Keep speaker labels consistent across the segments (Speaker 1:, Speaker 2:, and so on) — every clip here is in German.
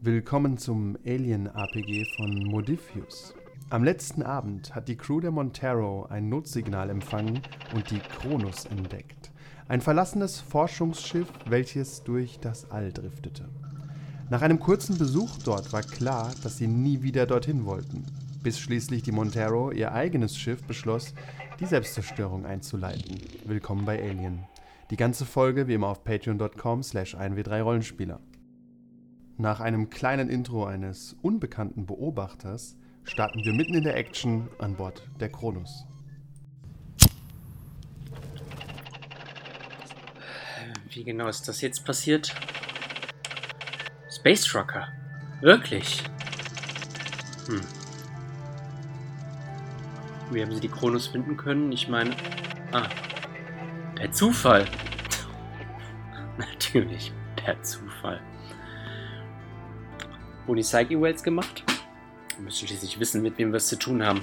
Speaker 1: Willkommen zum Alien-RPG von Modifius. Am letzten Abend hat die Crew der Montero ein Notsignal empfangen und die Kronos entdeckt. Ein verlassenes Forschungsschiff, welches durch das All driftete. Nach einem kurzen Besuch dort war klar, dass sie nie wieder dorthin wollten, bis schließlich die Montero ihr eigenes Schiff beschloss, die Selbstzerstörung einzuleiten. Willkommen bei Alien. Die ganze Folge wie immer auf patreon.com slash 1w3rollenspieler. Nach einem kleinen Intro eines unbekannten Beobachters starten wir mitten in der Action an Bord der Kronos.
Speaker 2: Wie genau ist das jetzt passiert? Space Rocker. Wirklich? Hm. Wie haben sie die Kronos finden können? Ich meine. Ah. Per Zufall. Natürlich, per Zufall. Onisaki Wells gemacht? Wir müssen schließlich wissen, mit wem wir es zu tun haben.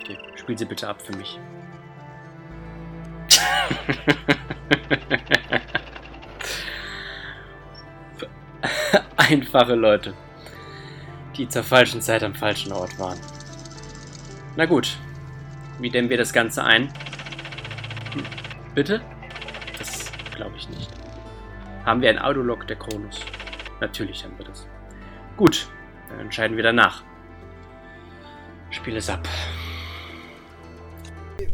Speaker 2: Okay, spiel sie bitte ab für mich. Einfache Leute, die zur falschen Zeit am falschen Ort waren. Na gut, wie dämmen wir das Ganze ein? Hm, Bitte? Das glaube ich nicht. Haben wir ein Autolog der Kronos? Natürlich haben wir das. Gut, dann entscheiden wir danach. Spiel es ab.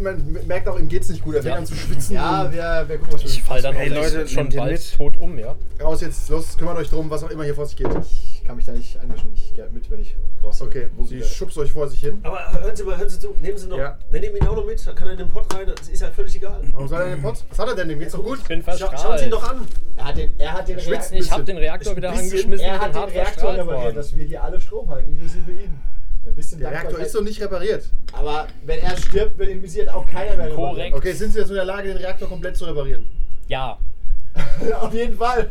Speaker 1: Man merkt auch, ihm geht's nicht gut, er fängt
Speaker 3: Ja.
Speaker 1: an zu schwitzen.
Speaker 3: Ja,
Speaker 1: und-
Speaker 3: wer, wer guckt was
Speaker 4: Ich fall dann
Speaker 3: Ey,
Speaker 4: auch
Speaker 3: Leute,
Speaker 4: Leute, schon
Speaker 3: nehmt den
Speaker 4: bald
Speaker 3: mit.
Speaker 4: tot um, ja.
Speaker 1: raus jetzt, los, kümmert euch drum, was auch immer hier vor sich geht.
Speaker 3: Ich kann mich da nicht einmischen. Ich gehe mit, wenn ich raus
Speaker 1: Okay, sie schubst euch vor sich hin.
Speaker 5: Aber hören Sie mal, hören Sie zu, nehmen Sie noch.
Speaker 1: Ja.
Speaker 5: Wir nehmen ihn auch noch mit, dann kann er in den Pott rein, das ist ja völlig egal.
Speaker 1: Warum soll er denn den Pott? Was hat er denn? Dem geht's doch gut.
Speaker 4: Ich bin
Speaker 5: Scha schauen Sie ihn
Speaker 4: verstrahlt.
Speaker 5: doch an.
Speaker 3: Er hat den, er hat den,
Speaker 1: Schwitzt
Speaker 3: Reak
Speaker 1: ein
Speaker 4: Ich habe
Speaker 1: bisschen.
Speaker 4: den Reaktor wieder
Speaker 1: Bisschen.
Speaker 4: angeschmissen.
Speaker 3: er
Speaker 4: bin
Speaker 3: hat den
Speaker 4: hart
Speaker 3: Reaktor
Speaker 4: verstrahlt
Speaker 3: repariert,
Speaker 4: worden.
Speaker 3: dass wir hier alle Strom halten, inklusive ihn. Ein bisschen
Speaker 1: Der Reaktor
Speaker 3: Dankbarkeit.
Speaker 1: ist doch nicht repariert.
Speaker 3: Aber wenn er stirbt, wird infiziert auch keiner mehr.
Speaker 4: Korrekt.
Speaker 1: Okay, sind Sie jetzt in der Lage, den Reaktor komplett zu reparieren?
Speaker 4: Ja.
Speaker 3: repariert. Auf jeden Fall.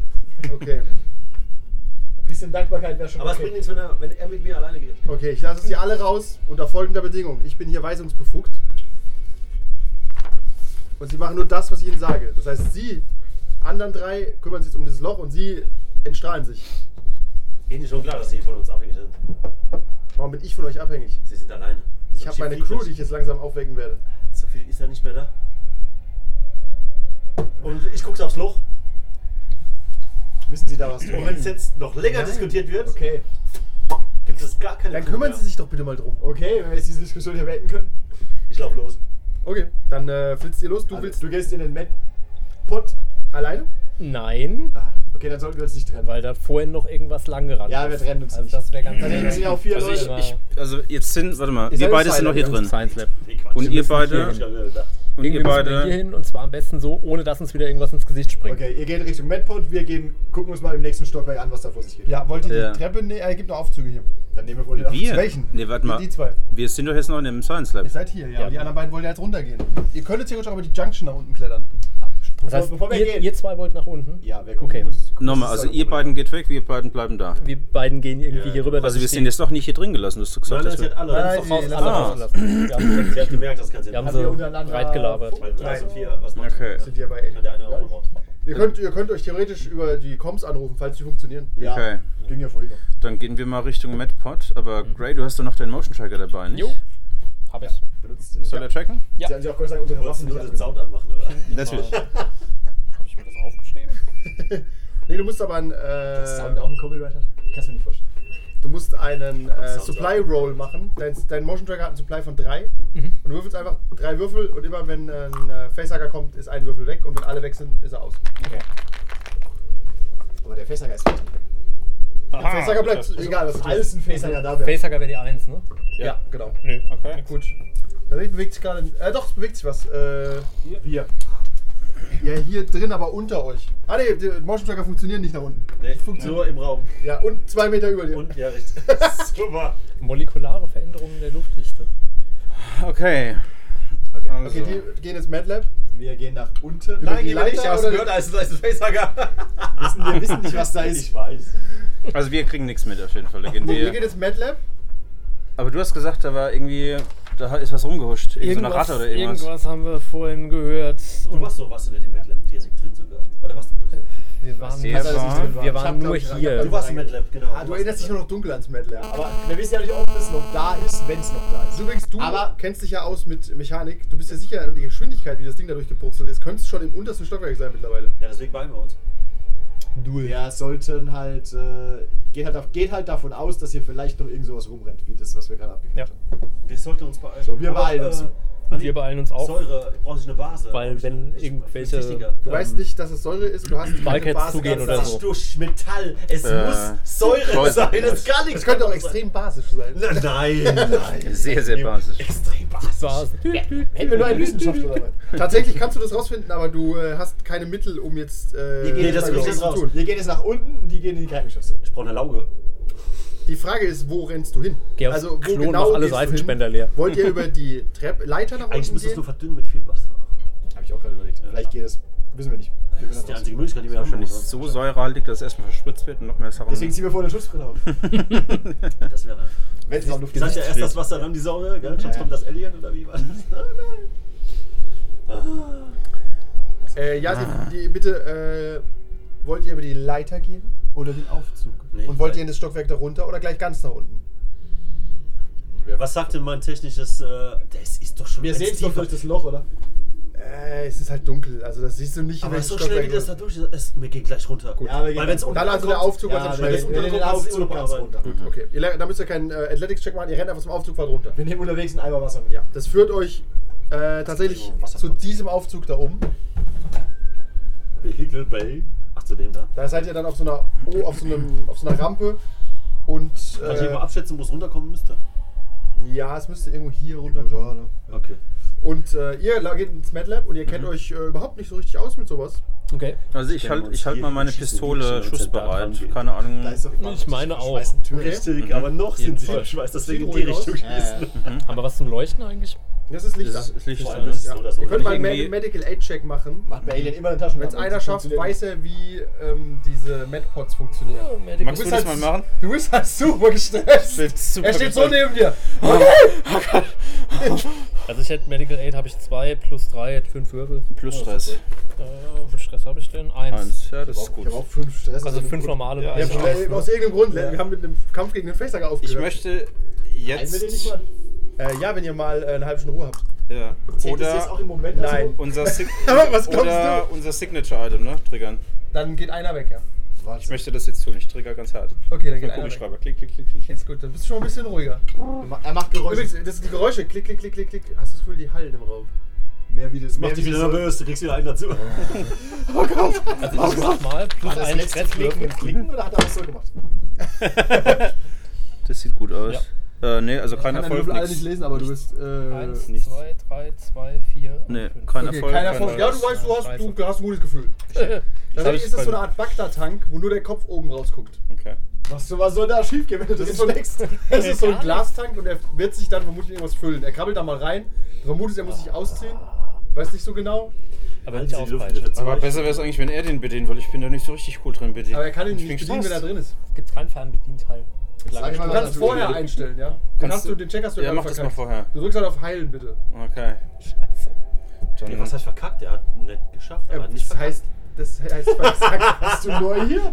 Speaker 1: Okay.
Speaker 3: Ein bisschen Dankbarkeit wäre schon
Speaker 5: Aber was bringt nichts, wenn er, wenn er mit mir alleine geht?
Speaker 1: Okay, ich lasse sie alle raus unter folgender Bedingung. Ich bin hier weisungsbefugt. Und sie machen nur das, was ich ihnen sage. Das heißt, sie, anderen drei, kümmern sich jetzt um dieses Loch und sie entstrahlen sich.
Speaker 5: Ihnen ist schon klar, dass Sie von uns abhängig sind.
Speaker 1: Warum bin ich von euch abhängig?
Speaker 5: Sie sind alleine.
Speaker 1: Ich habe meine Crew, die ich jetzt langsam aufwecken werde.
Speaker 5: So viel ist ja nicht mehr da. Und ich gucke aufs Loch.
Speaker 3: Wissen Sie da was
Speaker 5: Und wenn es jetzt noch länger
Speaker 1: Nein.
Speaker 5: diskutiert wird,
Speaker 3: Okay.
Speaker 5: gibt es gar keine
Speaker 1: Dann
Speaker 5: Crew
Speaker 1: kümmern
Speaker 5: mehr.
Speaker 1: Sie sich doch bitte mal drum.
Speaker 3: Okay, wenn wir jetzt diese Diskussion hier beenden können.
Speaker 5: Ich laufe los.
Speaker 1: Okay, dann äh, flitzt ihr los. Du
Speaker 3: Also,
Speaker 1: willst
Speaker 3: du gehst in den Met Pott.
Speaker 1: alleine?
Speaker 4: Nein,
Speaker 3: Ah, Okay, dann sollten wir uns nicht trennen.
Speaker 4: weil da vorhin noch irgendwas lang gerannt
Speaker 3: Ja, wir trennen uns
Speaker 4: Also
Speaker 3: nicht.
Speaker 4: das wäre ganz
Speaker 3: Dann hätten sie auch vier
Speaker 4: Also
Speaker 3: Leute.
Speaker 4: ich- ich-
Speaker 6: Also jetzt sind, warte mal,
Speaker 1: Ihr
Speaker 6: wir
Speaker 1: seid
Speaker 6: beide sind noch hier
Speaker 1: Silent,
Speaker 6: drin.
Speaker 4: Science Lab.
Speaker 5: Nee, Quatsch.
Speaker 6: Und ihr
Speaker 5: Ich hab
Speaker 6: beide,
Speaker 5: mir gedacht.
Speaker 6: und ihr
Speaker 4: Irgendwie müssen wir hier
Speaker 6: beide,
Speaker 4: hin und zwar am besten so, ohne dass uns wieder irgendwas ins Gesicht springt.
Speaker 3: Okay, ihr geht Richtung Medpod, wir gehen, gucken uns mal im nächsten Stockwerk an, was da vor sich geht.
Speaker 1: Ja, wollt ihr
Speaker 6: die Ja.
Speaker 1: die Treppe? Ne, er gibt noch Aufzüge hier.
Speaker 3: Dann nehmen wir wohl den
Speaker 6: wir,
Speaker 1: welchen?
Speaker 6: nee, warte mal,
Speaker 1: Die zwei.
Speaker 6: wir sind doch jetzt noch in dem Science Lab.
Speaker 1: Ihr seid hier, ja.
Speaker 4: Ja.
Speaker 1: Und die anderen beiden wollen ja jetzt runtergehen. Ihr könntet theoretisch auch über die Junction nach unten klettern.
Speaker 3: Bevor,
Speaker 4: Das heißt,
Speaker 3: bevor wir
Speaker 4: ihr,
Speaker 3: gehen.
Speaker 4: ihr zwei wollt nach unten.
Speaker 3: ja, wir gucken
Speaker 4: Okay.
Speaker 3: uns. gucken
Speaker 6: Nochmal,
Speaker 3: uns
Speaker 6: also
Speaker 3: das
Speaker 6: ihr
Speaker 3: an.
Speaker 6: beiden geht weg, wir beiden bleiben da.
Speaker 4: Wir beiden gehen irgendwie hier rüber.
Speaker 6: Also wir sind jetzt doch nicht hier drin gelassen, du hast doch
Speaker 5: Nein, nein,
Speaker 6: gesagt, dass
Speaker 5: sie hat
Speaker 6: wir,
Speaker 5: alle.
Speaker 1: Nein,
Speaker 4: doch raus,
Speaker 1: nein,
Speaker 4: alle
Speaker 6: ah.
Speaker 4: rausgelassen. Wir haben,
Speaker 5: Sie hat gemerkt, das kann sie
Speaker 4: wir haben
Speaker 5: nicht.
Speaker 3: Haben wir
Speaker 4: so
Speaker 3: untereinander-
Speaker 4: breit gelabert.
Speaker 5: Weil drei und vier, was macht
Speaker 6: okay.
Speaker 1: Sind hier bei
Speaker 5: Kann der eine auch raus.
Speaker 1: Ihr könnt, ihr könnt euch theoretisch über die Comms anrufen, falls die funktionieren.
Speaker 3: Ja,
Speaker 6: Okay,
Speaker 3: ging ja vorhin noch.
Speaker 6: dann gehen wir mal Richtung MedPod, aber Gray, du hast doch noch deinen Motion Tracker dabei, nicht?
Speaker 4: Jo, hab ich.
Speaker 3: Benutzt ihr.
Speaker 6: Soll er tracken?
Speaker 3: Sie haben sich auch Gott sei Dank unsere
Speaker 5: Wolltest
Speaker 3: Waffen
Speaker 5: du nur
Speaker 3: nicht
Speaker 5: den Sound anmachen, oder?
Speaker 6: Natürlich.
Speaker 4: Hab ich mir das aufgeschrieben?
Speaker 1: Nee, du musst aber einen,
Speaker 3: Das Sound auch
Speaker 1: äh,
Speaker 3: ein Copyright hat? Kannst du mir nicht vorstellen.
Speaker 1: du musst einen äh,
Speaker 5: Sound
Speaker 1: Supply Roll machen. Dein, dein Motion Tracker hat einen Supply von drei.
Speaker 3: Mhm.
Speaker 1: Und du würfelst einfach drei Würfel und immer wenn ein äh, Facehacker kommt, ist ein Würfel weg und wenn alle weg sind, ist er aus.
Speaker 3: Okay. Aber der Facehacker ist nicht weg.
Speaker 1: Der Facehacker bleibt, egal was du
Speaker 3: Alles
Speaker 1: tust.
Speaker 3: ein Facehacker da wäre.
Speaker 4: Facehacker wäre die Eins, ne?
Speaker 1: Ja, genau.
Speaker 4: Nö.
Speaker 6: Okay.
Speaker 1: Gut. Tatsächlich bewegt sich gerade. Äh, doch, es bewegt sich was. Äh,
Speaker 3: Wir.
Speaker 1: ja, hier drin, aber unter euch. Ah, nee, die Motion Tracker funktionieren nicht nach unten.
Speaker 5: Nee, nur im Raum.
Speaker 1: Ja, und zwei Meter über dir.
Speaker 5: Und ja, richtig. Super.
Speaker 4: Molekulare Veränderungen der Luftdichte.
Speaker 6: Okay.
Speaker 3: Okay.
Speaker 1: Okay,
Speaker 6: Also,
Speaker 1: die gehen ins Mad Lab.
Speaker 3: Wir gehen nach unten.
Speaker 1: Über
Speaker 5: Nein,
Speaker 1: die
Speaker 5: gehen wir nicht.
Speaker 1: Leiter
Speaker 5: Hast
Speaker 1: oder-
Speaker 5: du gehört, da ist, da ist ein Facehacker.
Speaker 3: wissen, wir wissen nicht, was da ist.
Speaker 5: Ich weiß.
Speaker 6: also wir kriegen nichts mit auf jeden Fall, da gehen
Speaker 1: Hier geht
Speaker 6: wir.
Speaker 1: ins Mad Lab.
Speaker 6: Aber du hast gesagt, da war irgendwie, da ist was rumgehuscht, irgendwie so eine Ratte oder irgendwas.
Speaker 4: haben wir vorhin gehört.
Speaker 5: Du warst so, warst du nicht im Madlab direkt drin sogar? Oder warst du das?
Speaker 4: wir
Speaker 3: Was
Speaker 4: waren,
Speaker 6: Das
Speaker 4: wir,
Speaker 6: war-
Speaker 4: wir waren nur
Speaker 7: Ich hab, glaub ich,
Speaker 4: hier.
Speaker 5: Du warst im MedLab, genau.
Speaker 7: Ah, du erinnerst dich nur noch dunkel ans Medley. Aber wir wissen ja nicht, ob es noch da ist, wenn es noch da ist.
Speaker 3: Übrigens, du
Speaker 7: Aber-
Speaker 3: kennst dich ja aus mit Mechanik. Du bist ja sicher an die Geschwindigkeit, wie das Ding da durchgepurzelt ist. Könntest schon im untersten Stockwerk sein mittlerweile.
Speaker 5: Ja, deswegen beeilen wir uns.
Speaker 4: Duel.
Speaker 7: Wir sollten halt, äh, geht halt, auf- geht halt davon aus, dass hier vielleicht noch irgend sowas rumrennt, wie das, was wir gerade abgekriegt
Speaker 4: Ja.
Speaker 7: haben.
Speaker 5: Wir sollten uns beeilen.
Speaker 7: So, wir beeilen uns.
Speaker 5: Andi,
Speaker 4: Wir beeilen uns auch.
Speaker 5: Säure, brauchst du eine Base?
Speaker 4: Weil
Speaker 5: Ich-
Speaker 4: wenn
Speaker 5: ich-
Speaker 4: irgendwelche-
Speaker 5: Wichtiger.
Speaker 3: Du
Speaker 4: Ähm,
Speaker 3: weißt nicht, dass es Säure ist, du hast keine
Speaker 4: Bulkheads
Speaker 3: Basis
Speaker 4: zugehen
Speaker 3: an-
Speaker 4: oder
Speaker 5: Das
Speaker 4: so.
Speaker 5: ist durch Metall. Es
Speaker 6: Äh,
Speaker 5: muss Säure
Speaker 6: Säure.
Speaker 5: sein. Das kann nicht.
Speaker 3: Es könnte auch extrem basisch sein.
Speaker 5: Na, Nein, nein.
Speaker 6: Sehr, sehr basisch.
Speaker 5: Extrem basisch.
Speaker 4: War's.
Speaker 7: Hätten wir nur einen Wissenschaftler dabei.
Speaker 3: Tatsächlich kannst du das rausfinden, aber du äh, hast keine Mittel, um jetzt. Äh,
Speaker 7: Hier geht,
Speaker 5: Nee,
Speaker 7: es
Speaker 5: das
Speaker 7: nach-
Speaker 5: will ich
Speaker 7: hier
Speaker 5: raus.
Speaker 7: geht es- hier geht es nach unten und die gehen in die Krankenschwester.
Speaker 5: Ich brauche eine Lauge.
Speaker 3: Die Frage ist, wo rennst du hin? Also,
Speaker 4: Geh aufs
Speaker 3: wo genau
Speaker 4: Klo und mach alle
Speaker 3: gehst du hin?
Speaker 4: Seifenspender leer.
Speaker 3: Wollt ihr über die Treppe Leiter nach
Speaker 5: Eigentlich
Speaker 3: unten
Speaker 5: müsstest du
Speaker 3: gehen?
Speaker 5: verdünnen mit viel Wasser.
Speaker 7: Hab ich auch gerade überlegt. Vielleicht geht es, wissen wir nicht. Wir
Speaker 5: Das ist
Speaker 7: wissen
Speaker 5: die
Speaker 7: das nicht.
Speaker 5: einzige Möglichkeit, die wir haben.
Speaker 6: Wahrscheinlich so säurehaltig, dass es erstmal verspritzt wird und noch mehr Sachen.
Speaker 7: Deswegen ziehen wir vorne eine Schutzbrille auf.
Speaker 5: Das wäre.
Speaker 7: Wenn es noch Luft
Speaker 5: Ihr sagt ja
Speaker 7: ist.
Speaker 5: erst das Wasser, dann die Säure. Gell? Sonst
Speaker 7: Ja. Mhm.
Speaker 5: kommt das Alien oder wie war das? Ah, nein.
Speaker 3: Äh, ja,
Speaker 7: Ah.
Speaker 3: die, die, bitte. Äh, wollt ihr über die Leiter gehen?
Speaker 7: Oder den Aufzug.
Speaker 5: Nee,
Speaker 3: Und wollt ihr
Speaker 5: weil-
Speaker 3: in das Stockwerk darunter oder gleich ganz nach unten?
Speaker 5: Was sagt denn mein technisches. Äh, das ist doch schon.
Speaker 7: Wir sehen es doch
Speaker 5: tiefer.
Speaker 7: durch das Loch, oder?
Speaker 3: Äh, es ist halt dunkel, also das siehst du nicht
Speaker 5: Aber
Speaker 3: welchem
Speaker 5: so schnell, wie
Speaker 3: Stockwerk
Speaker 5: das da durch ist. es- Wir gehen gleich runter.
Speaker 3: Gut.
Speaker 7: Ja, wir gehen
Speaker 5: Weil wenn's
Speaker 7: dann-
Speaker 5: unten
Speaker 3: Dann also der
Speaker 5: ankommt-
Speaker 3: Aufzug
Speaker 7: Ja,
Speaker 3: ganz am
Speaker 7: wir
Speaker 3: schnellsten.
Speaker 7: nehmen
Speaker 5: Wenn
Speaker 7: wir nehmen
Speaker 5: es
Speaker 7: den
Speaker 5: unten ankommt,
Speaker 7: Aufzug
Speaker 5: ist es
Speaker 7: ganz runter.
Speaker 5: unbearbeitbar.
Speaker 3: du- Okay, ihr, le- da müsst ihr keinen äh, Athletics-Check machen, ihr rennt einfach zum Aufzug weit runter.
Speaker 7: Wir nehmen unterwegs einen Eimer Wasser mit.
Speaker 3: Ja, das führt euch äh, tatsächlich
Speaker 5: Wasser
Speaker 3: zu
Speaker 5: kommt.
Speaker 3: diesem Aufzug da oben.
Speaker 5: Vehicle Bay. Ach, zu dem da.
Speaker 3: Da seid ihr dann auf so einer, oh, auf so einem, auf so einer Rampe und
Speaker 5: Kann ich
Speaker 3: äh,
Speaker 5: irgendwo abschätzen, wo es runterkommen müsste?
Speaker 3: ja, es müsste irgendwo hier runterkommen.
Speaker 5: Okay.
Speaker 3: Und äh, ihr la- geht ins MedLab und ihr kennt euch äh, überhaupt nicht so richtig aus mit sowas.
Speaker 4: Okay.
Speaker 6: Also ich
Speaker 5: Stellen wir
Speaker 6: halt,
Speaker 5: uns
Speaker 6: ich halt
Speaker 5: hier
Speaker 6: mal meine
Speaker 5: hin, schießen die
Speaker 6: Pistole
Speaker 5: Schüsse und dann
Speaker 6: schussbereit.
Speaker 5: dran
Speaker 6: Keine Ahnung.
Speaker 7: Da ist doch die Wand.
Speaker 4: Ich meine auch.
Speaker 7: schmeißen Tür rein.
Speaker 5: Richtig, aber noch sind sie
Speaker 4: Fall.
Speaker 5: im Schweiß, deswegen in
Speaker 3: Sieht
Speaker 5: die
Speaker 3: ruhig
Speaker 5: Richtung Äh. schießen.
Speaker 4: Haben wir was zum Leuchten eigentlich?
Speaker 3: Das ist Licht.
Speaker 6: Das ist- das Licht ist
Speaker 5: Vor
Speaker 6: an. ne?
Speaker 5: allem ist es so oder so.
Speaker 3: Ihr könnt mal einen
Speaker 6: irgendwie-
Speaker 3: Med Medical Aid Check machen.
Speaker 7: Macht bei Alien immer eine Taschenlampe.
Speaker 3: Wenn es einer schafft, weiß er, wie ähm, diese MedPods funktionieren.
Speaker 6: Magst du das mal machen?
Speaker 3: Du bist halt super gestresst.
Speaker 6: super
Speaker 3: er steht so neben dir.
Speaker 6: halt-
Speaker 4: Also ich hätte Medical Aid habe ich 2 plus 3 hätte 5 Würfel.
Speaker 6: Plus Stress.
Speaker 4: Äh, wie viel Stress habe ich denn? 1.
Speaker 6: Eins. Ja, das
Speaker 7: Ich
Speaker 6: ist
Speaker 7: habe auch
Speaker 6: gut.
Speaker 7: fünf Stress.
Speaker 4: Also 5 normale.
Speaker 6: Ja,
Speaker 3: Ja,
Speaker 4: also
Speaker 3: aus,
Speaker 4: eins, ne?
Speaker 3: aus irgendeinem Grund.
Speaker 7: Ja.
Speaker 3: Wir haben mit einem Kampf gegen den Facehugger aufgehört.
Speaker 6: Ich möchte jetzt.
Speaker 3: Äh, ja, wenn ihr mal äh, eine halbe Stunde Ruhe habt.
Speaker 6: Ja.
Speaker 7: jetzt auch
Speaker 6: Oder
Speaker 7: im Moment
Speaker 3: Nein.
Speaker 7: Also,
Speaker 6: unser, Sig
Speaker 3: Was glaubst
Speaker 6: oder unser Signature-Item, ne? Triggern.
Speaker 3: Dann geht einer weg, ja.
Speaker 6: Ich möchte das jetzt tun. Ich trigger ganz hart.
Speaker 3: Okay, dann
Speaker 6: Ich
Speaker 3: geht
Speaker 6: gucke
Speaker 3: einer
Speaker 6: ich
Speaker 3: weg.
Speaker 6: schreibe. Klick, klick, klick, klick.
Speaker 3: Ist gut, dann bist du schon ein bisschen ruhiger.
Speaker 7: er macht Geräusche.
Speaker 3: Übrigens, das sind die Geräusche. Klick, klick, klick, klick, klick. Hast du das Gefühl, die Hallen im Raum?
Speaker 7: mehr wie das.
Speaker 5: Mach
Speaker 7: mehr
Speaker 5: dich
Speaker 7: wie
Speaker 5: wieder
Speaker 7: das-
Speaker 5: nervös, du kriegst wieder einen dazu.
Speaker 4: Also ich mach mal
Speaker 7: War
Speaker 4: plus
Speaker 7: das
Speaker 4: 1
Speaker 7: letzte Klicken mit
Speaker 4: Stresswürfel.
Speaker 7: Klicken oder hat er auch so gemacht?
Speaker 6: Das sieht gut aus. Äh, nee, also kein Erfolg. nix.
Speaker 3: lesen, aber du bist. äh,
Speaker 4: Eins,
Speaker 6: Äh, nichts.
Speaker 4: zwei, drei, zwei, vier. und
Speaker 6: Nee,
Speaker 4: fünf.
Speaker 6: kein
Speaker 3: Okay,
Speaker 6: Erfolg.
Speaker 3: keiner von.
Speaker 6: kein
Speaker 3: Ja, du
Speaker 6: Erfolg.
Speaker 3: weißt, du hast, du hast ein gutes Gefühl. Tatsächlich ist das so eine Art Bagdad-Tank, wo nur der Kopf oben rausguckt.
Speaker 6: Okay.
Speaker 7: Was, was soll da schief gehen, wenn du
Speaker 3: Das
Speaker 7: das
Speaker 3: ist so ein,
Speaker 7: steckst?
Speaker 3: das ist so ein Glastank und er wird sich dann vermutlich irgendwas füllen. Er krabbelt da mal rein, vermutet, er muss sich ausziehen. Weiß nicht so genau.
Speaker 4: Aber nicht
Speaker 5: die Luft
Speaker 4: auspeitschen.
Speaker 5: wieder
Speaker 6: Aber besser wäre es eigentlich, wenn er den bedient, weil ich bin da nicht so richtig cool drin bedient.
Speaker 3: Aber er kann ihn
Speaker 6: Ich
Speaker 3: nicht
Speaker 6: bin
Speaker 3: bedienen, wenn
Speaker 6: gestresst.
Speaker 3: er drin ist.
Speaker 4: Es gibt keinen Fernbedienteil.
Speaker 7: Sag ich
Speaker 3: Du
Speaker 7: mal,
Speaker 3: kannst es
Speaker 7: was
Speaker 3: vorher
Speaker 7: natürlich-
Speaker 3: einstellen, ja? Dann
Speaker 6: Kannst
Speaker 3: hast du
Speaker 6: du-
Speaker 3: den Check hast du
Speaker 6: Ja,
Speaker 3: gerade
Speaker 6: mach das mal
Speaker 3: verkackt.
Speaker 6: vorher.
Speaker 3: Du drückst halt auf Heilen, bitte.
Speaker 6: Okay.
Speaker 4: Scheiße.
Speaker 5: Ja, was
Speaker 6: Dann
Speaker 5: heißt verkackt? Er hat nicht geschafft,
Speaker 3: Äh,
Speaker 5: aber nicht
Speaker 3: das
Speaker 5: verkackt.
Speaker 3: heißt, das heißt, verkackt.
Speaker 7: Bist du neu hier?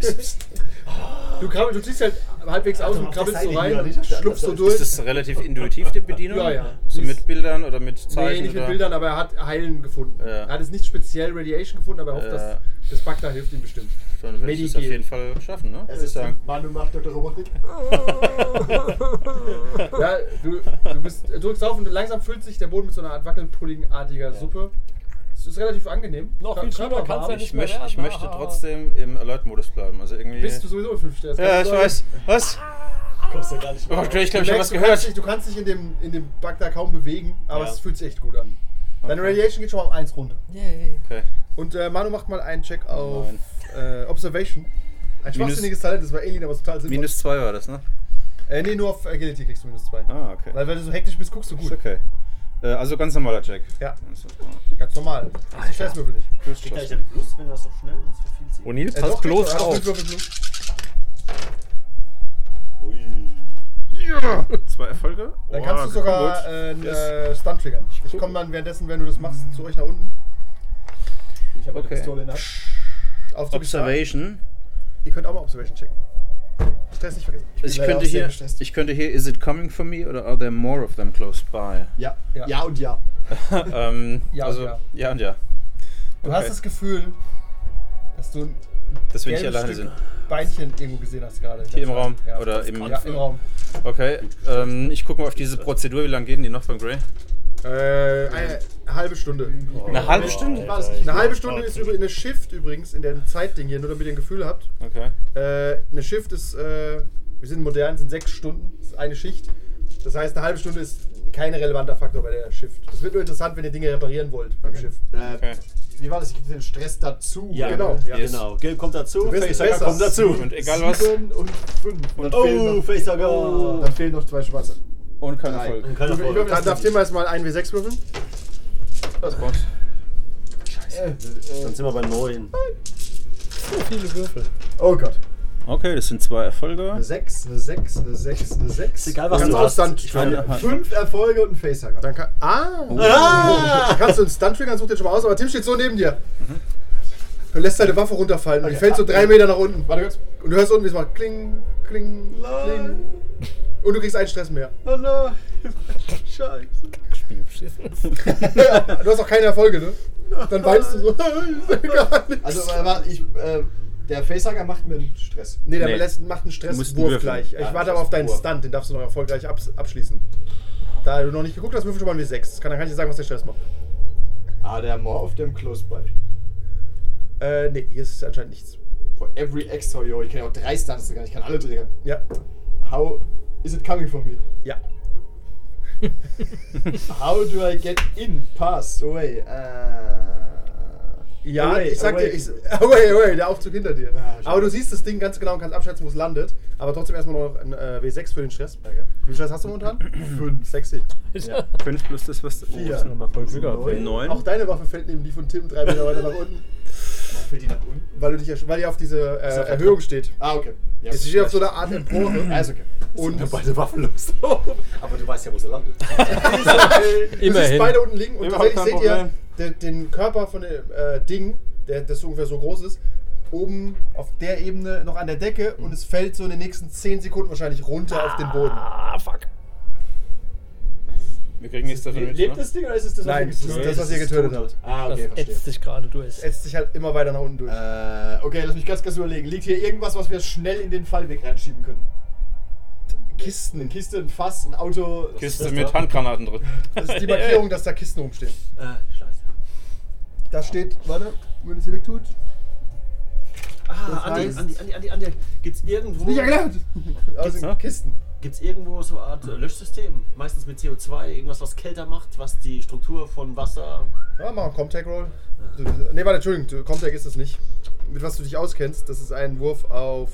Speaker 3: du, krabbel, du ziehst halt halbwegs aus
Speaker 7: Warte
Speaker 3: und
Speaker 7: mal,
Speaker 3: krabbelst
Speaker 7: das
Speaker 3: so
Speaker 7: ist eigentlich wieder
Speaker 3: rein,
Speaker 7: richtig.
Speaker 3: schlupfst so
Speaker 7: Ist
Speaker 3: durch.
Speaker 6: ist das relativ intuitiv, die Bedienung?
Speaker 3: Ja, ja.
Speaker 6: So mit Bildern oder mit Zeichen?
Speaker 3: Nee, nicht mit
Speaker 6: oder?
Speaker 3: Bildern, aber er hat Heilen gefunden.
Speaker 6: Ja.
Speaker 3: Er hat jetzt nicht speziell Radiation gefunden, aber er hofft,
Speaker 6: Ja.
Speaker 3: dass das Bagdad hilft ihm bestimmt.
Speaker 6: Dann werde ich das auf
Speaker 3: Medikit.
Speaker 6: jeden Fall schaffen, ne?
Speaker 7: Es
Speaker 6: Würde ich
Speaker 7: ist
Speaker 6: sagen.
Speaker 7: Manu macht Dr. Robotik.
Speaker 3: Ja, du, du bist, du drückst auf und langsam füllt sich der Boden mit so einer Art Wackelpudding-artiger Suppe. Es ist relativ angenehm.
Speaker 4: Noch viel schlimmer
Speaker 3: Körperwarm.
Speaker 4: kann's ja nicht ne?
Speaker 6: Ich, möcht, ich möchte
Speaker 4: Ah,
Speaker 6: trotzdem im Alert-Modus bleiben. Also irgendwie.
Speaker 3: Bist du sowieso in 5 Sterne.
Speaker 6: ja, ich weiß. Was?
Speaker 5: kommst ja gar nicht
Speaker 6: Oh, ich glaube, ich,
Speaker 3: Du,
Speaker 6: hab habe
Speaker 3: merkst, du, kannst
Speaker 6: was
Speaker 3: dich,
Speaker 6: gehört.
Speaker 3: du kannst dich in dem, in dem Bug da kaum bewegen, aber
Speaker 6: Ja.
Speaker 3: es fühlt sich echt gut an. Deine Radiation geht schon mal um 1 runter.
Speaker 4: Yay.
Speaker 6: Okay.
Speaker 3: Und äh, Manu macht mal einen Check auf
Speaker 6: Nein.
Speaker 3: äh, Observation. Ein schwachsinniges Talent, das war Alien, aber es ist total sinnvoll.
Speaker 6: Minus 2 war das, ne?
Speaker 3: Äh, nee, nur auf Agility kriegst du minus 2.
Speaker 6: Ah, okay.
Speaker 3: Weil wenn du so hektisch bist, guckst du
Speaker 6: Ist
Speaker 3: gut.
Speaker 6: okay. Äh, also ganz normaler Check.
Speaker 3: Ja.
Speaker 6: Das ist normal.
Speaker 3: Ganz normal. Das ist Stresswürfel nicht.
Speaker 6: Plus
Speaker 5: Kriegt gleich
Speaker 6: Stress.
Speaker 5: den Plus, wenn das so schnell und so viel zieht.
Speaker 4: O'Neill,
Speaker 3: Äh,
Speaker 4: pass
Speaker 3: doch,
Speaker 4: bloß
Speaker 3: kriegst du- ah, doch,
Speaker 4: auf.
Speaker 3: mit Würfel plus.
Speaker 5: Ui.
Speaker 6: Zwei Erfolge.
Speaker 3: Dann
Speaker 6: Oh,
Speaker 3: kannst du
Speaker 6: gekommen
Speaker 3: sogar
Speaker 6: gut.
Speaker 3: äh, einen
Speaker 6: Yes.
Speaker 3: äh, Stunt triggern. Ich komme dann währenddessen, wenn du das machst, zu euch nach unten.
Speaker 7: Ich habe eine
Speaker 6: Okay.
Speaker 7: Pistole in der Hand.
Speaker 3: Auf
Speaker 6: Observation. Also
Speaker 3: Ihr könnt auch mal Observation checken. Stress nicht vergessen.
Speaker 7: bin
Speaker 6: Also Ich
Speaker 7: leider
Speaker 6: könnte,
Speaker 7: auch sehr
Speaker 6: hier,
Speaker 7: gestresst.
Speaker 6: ich könnte hier, is it coming for me oder are there more of them close by?
Speaker 7: Ja.
Speaker 3: Ja.
Speaker 7: ja, und ja.
Speaker 6: ähm,
Speaker 3: Ja und
Speaker 6: also,
Speaker 3: ja.
Speaker 6: ja und ja.
Speaker 3: Du
Speaker 6: Okay.
Speaker 3: hast das Gefühl, dass du ein
Speaker 6: Dass wir nicht
Speaker 3: gelbes
Speaker 6: alleine
Speaker 3: Stück
Speaker 6: sind.
Speaker 3: Beinchen irgendwo gesehen hast gerade.
Speaker 6: Hier im Raum? Oder im-
Speaker 3: ja, im Raum.
Speaker 6: Okay, ähm, ich gucke mal auf diese Prozedur. Wie lange gehen die noch beim Grey?
Speaker 3: Äh, eine halbe Stunde.
Speaker 6: Eine halbe Stunde?
Speaker 7: War das nicht.
Speaker 3: Eine halbe Stunde ist übrigens eine Shift übrigens in dem Zeitding hier, nur damit ihr ein Gefühl habt.
Speaker 6: Okay.
Speaker 3: Äh, eine Shift ist, äh, wir sind modern, sind sechs Stunden, ist eine Schicht. Das heißt, eine halbe Stunde ist kein relevanter Faktor bei der Shift. Das wird nur interessant, wenn ihr Dinge reparieren wollt beim Schiff.
Speaker 7: Äh,
Speaker 6: Okay.
Speaker 7: Wie war das? Ich gebe den Stress dazu.
Speaker 5: Ja,
Speaker 3: genau,
Speaker 5: genau.
Speaker 3: ja.
Speaker 5: genau. Gelb kommt dazu,
Speaker 3: bist
Speaker 5: Facehugger
Speaker 3: besser.
Speaker 5: kommt dazu.
Speaker 6: Und egal was.
Speaker 7: Sieben und fünf. Und fehlen
Speaker 5: Oh,
Speaker 7: noch,
Speaker 5: Facehugger. Oh.
Speaker 7: dann fehlen noch zwei Schwarze.
Speaker 6: Und kein
Speaker 7: Drei.
Speaker 6: Erfolg.
Speaker 5: Und keiner
Speaker 3: Dann
Speaker 5: folgt.
Speaker 3: darf Tim erstmal einen W6 würfeln.
Speaker 7: Äh, äh,
Speaker 5: Dann sind wir bei 9.
Speaker 4: Viele Würfel.
Speaker 7: oh Gott.
Speaker 6: Okay, das sind zwei Erfolge.
Speaker 7: Eine sechs, eine sechs, eine sechs, eine sechs.
Speaker 5: Egal was
Speaker 3: Kannst
Speaker 5: du
Speaker 3: auch
Speaker 5: hast.
Speaker 3: Stunt
Speaker 5: Ich meine,
Speaker 7: Fünf Erfolge und ein Facehugger.
Speaker 3: Dann kann, ah!
Speaker 5: Ah!
Speaker 3: Dann kannst du einen Stunt triggern, such den schon mal aus, aber Tim steht so neben dir. Und lässt seine Waffe runterfallen und die
Speaker 7: Okay. Ah.
Speaker 3: fällt so drei Meter nach unten.
Speaker 7: Warte kurz.
Speaker 3: Und du hörst unten, wie es macht kling, kling, kling.
Speaker 7: Nein.
Speaker 3: Und du kriegst einen Stress mehr.
Speaker 7: Oh nein. Scheiße.
Speaker 3: Du hast auch keine Erfolge, ne? Dann weinst du so. gar nichts.
Speaker 7: Also, äh, warte, ich, äh, der Facehugger macht mir einen Stress.
Speaker 3: Nee, der
Speaker 6: Nee.
Speaker 3: lässt, macht einen
Speaker 6: musst
Speaker 3: Stresswurf
Speaker 6: würfeln.
Speaker 3: gleich. Ich
Speaker 1: Ah,
Speaker 7: Ja,
Speaker 3: warte aber auf deinen
Speaker 7: Stresswurf.
Speaker 3: Stunt, den darfst du noch erfolgreich abs- abschließen. Da du noch nicht geguckt hast, würfel schon mal ein W6. Das Kann, dann kann ich dir sagen, was der Stress macht.
Speaker 7: Ah, der More auf dem Close by.
Speaker 3: Äh, nee, hier ist anscheinend nichts.
Speaker 7: For every extra, yo. Ich kann ja auch drei Stunts triggern. Ich kann alle triggern.
Speaker 3: Ja,
Speaker 7: How is it coming from me?
Speaker 3: ja.
Speaker 7: How do I get in? Pass away. Äh,
Speaker 3: Ja,
Speaker 7: away,
Speaker 3: ich sag
Speaker 7: away. Ah,
Speaker 3: dir, ich, away, away, der Aufzug hinter dir.
Speaker 7: Ja, schon.
Speaker 3: aber du siehst das Ding ganz genau und kannst abschätzen, wo es landet. Aber trotzdem erstmal noch ein äh, W6 für den Stress.
Speaker 7: Okay.
Speaker 3: Wie viel Stress hast du momentan? Fünf. Sexy.
Speaker 7: Ja.
Speaker 6: Fünf plus das, was. Oh,
Speaker 3: Vier.
Speaker 6: das sind aber voll Glück
Speaker 7: Neun.
Speaker 6: gehabt, ey.
Speaker 3: Auch
Speaker 6: Neun.
Speaker 3: deine Waffe fällt neben die von Tim drei Meter weiter nach unten,
Speaker 7: Fällt die nach unten?
Speaker 3: weil, du dich, ersch- weil die auf diese äh,
Speaker 6: auf der
Speaker 3: Erhöhung steht.
Speaker 7: Ah, okay. Ja,
Speaker 3: Es steht auf so einer Art
Speaker 7: Ah,
Speaker 3: Empore.
Speaker 7: ist okay.
Speaker 3: und
Speaker 5: Ja, beide Waffen los. Aber du weißt ja, wo sie landet.
Speaker 3: Du siehst
Speaker 4: Immerhin.
Speaker 3: beide unten liegen und
Speaker 6: Überhaupt
Speaker 3: tatsächlich
Speaker 6: kein
Speaker 3: seht ihr den, den Körper von dem äh, Ding, der das ungefähr so groß ist, oben auf der Ebene noch an der Decke und es fällt so in den nächsten 10 Sekunden wahrscheinlich runter auf den Boden.
Speaker 6: Wir kriegen nichts davon mit.
Speaker 7: Lebt
Speaker 6: Ne?
Speaker 7: das Ding oder ist es das,
Speaker 3: Nein,
Speaker 7: was ihr
Speaker 3: das ist
Speaker 7: getötet
Speaker 3: das, was ihr
Speaker 7: habt?
Speaker 3: getötet habt.
Speaker 7: Ah,
Speaker 4: Das
Speaker 7: okay, verstehe.
Speaker 4: ätzt sich gerade durch.
Speaker 3: Es ätzt sich halt immer weiter nach unten durch.
Speaker 7: Äh, okay, lass mich ganz kurz überlegen. Liegt hier irgendwas, was wir schnell in den Fallweg reinschieben können?
Speaker 3: Kisten.
Speaker 7: Eine Kiste, ein Fass, ein Auto.
Speaker 6: Kiste mit Handgranaten drin.
Speaker 3: Das ist die Markierung, dass da Kisten rumstehen.
Speaker 5: Ah, scheiße.
Speaker 3: Da steht, warte, wenn es hier wegtut.
Speaker 5: Ah,
Speaker 3: Das
Speaker 5: Andi,
Speaker 3: heißt-
Speaker 5: Andi, Andi, Andi, Andi. Gibt's irgendwo,
Speaker 3: Nicht erklärt! Aus den
Speaker 6: ne?
Speaker 3: Also Kisten.
Speaker 5: gibt's irgendwo so eine Art äh, Löschsystem? Meistens mit CO2, irgendwas, was kälter macht, was die Struktur von Wasser.
Speaker 3: Ja, mach einen Comtech Roll. Ne, warte, Entschuldigung, Comtech ist es nicht. Mit was du dich auskennst, das ist ein Wurf auf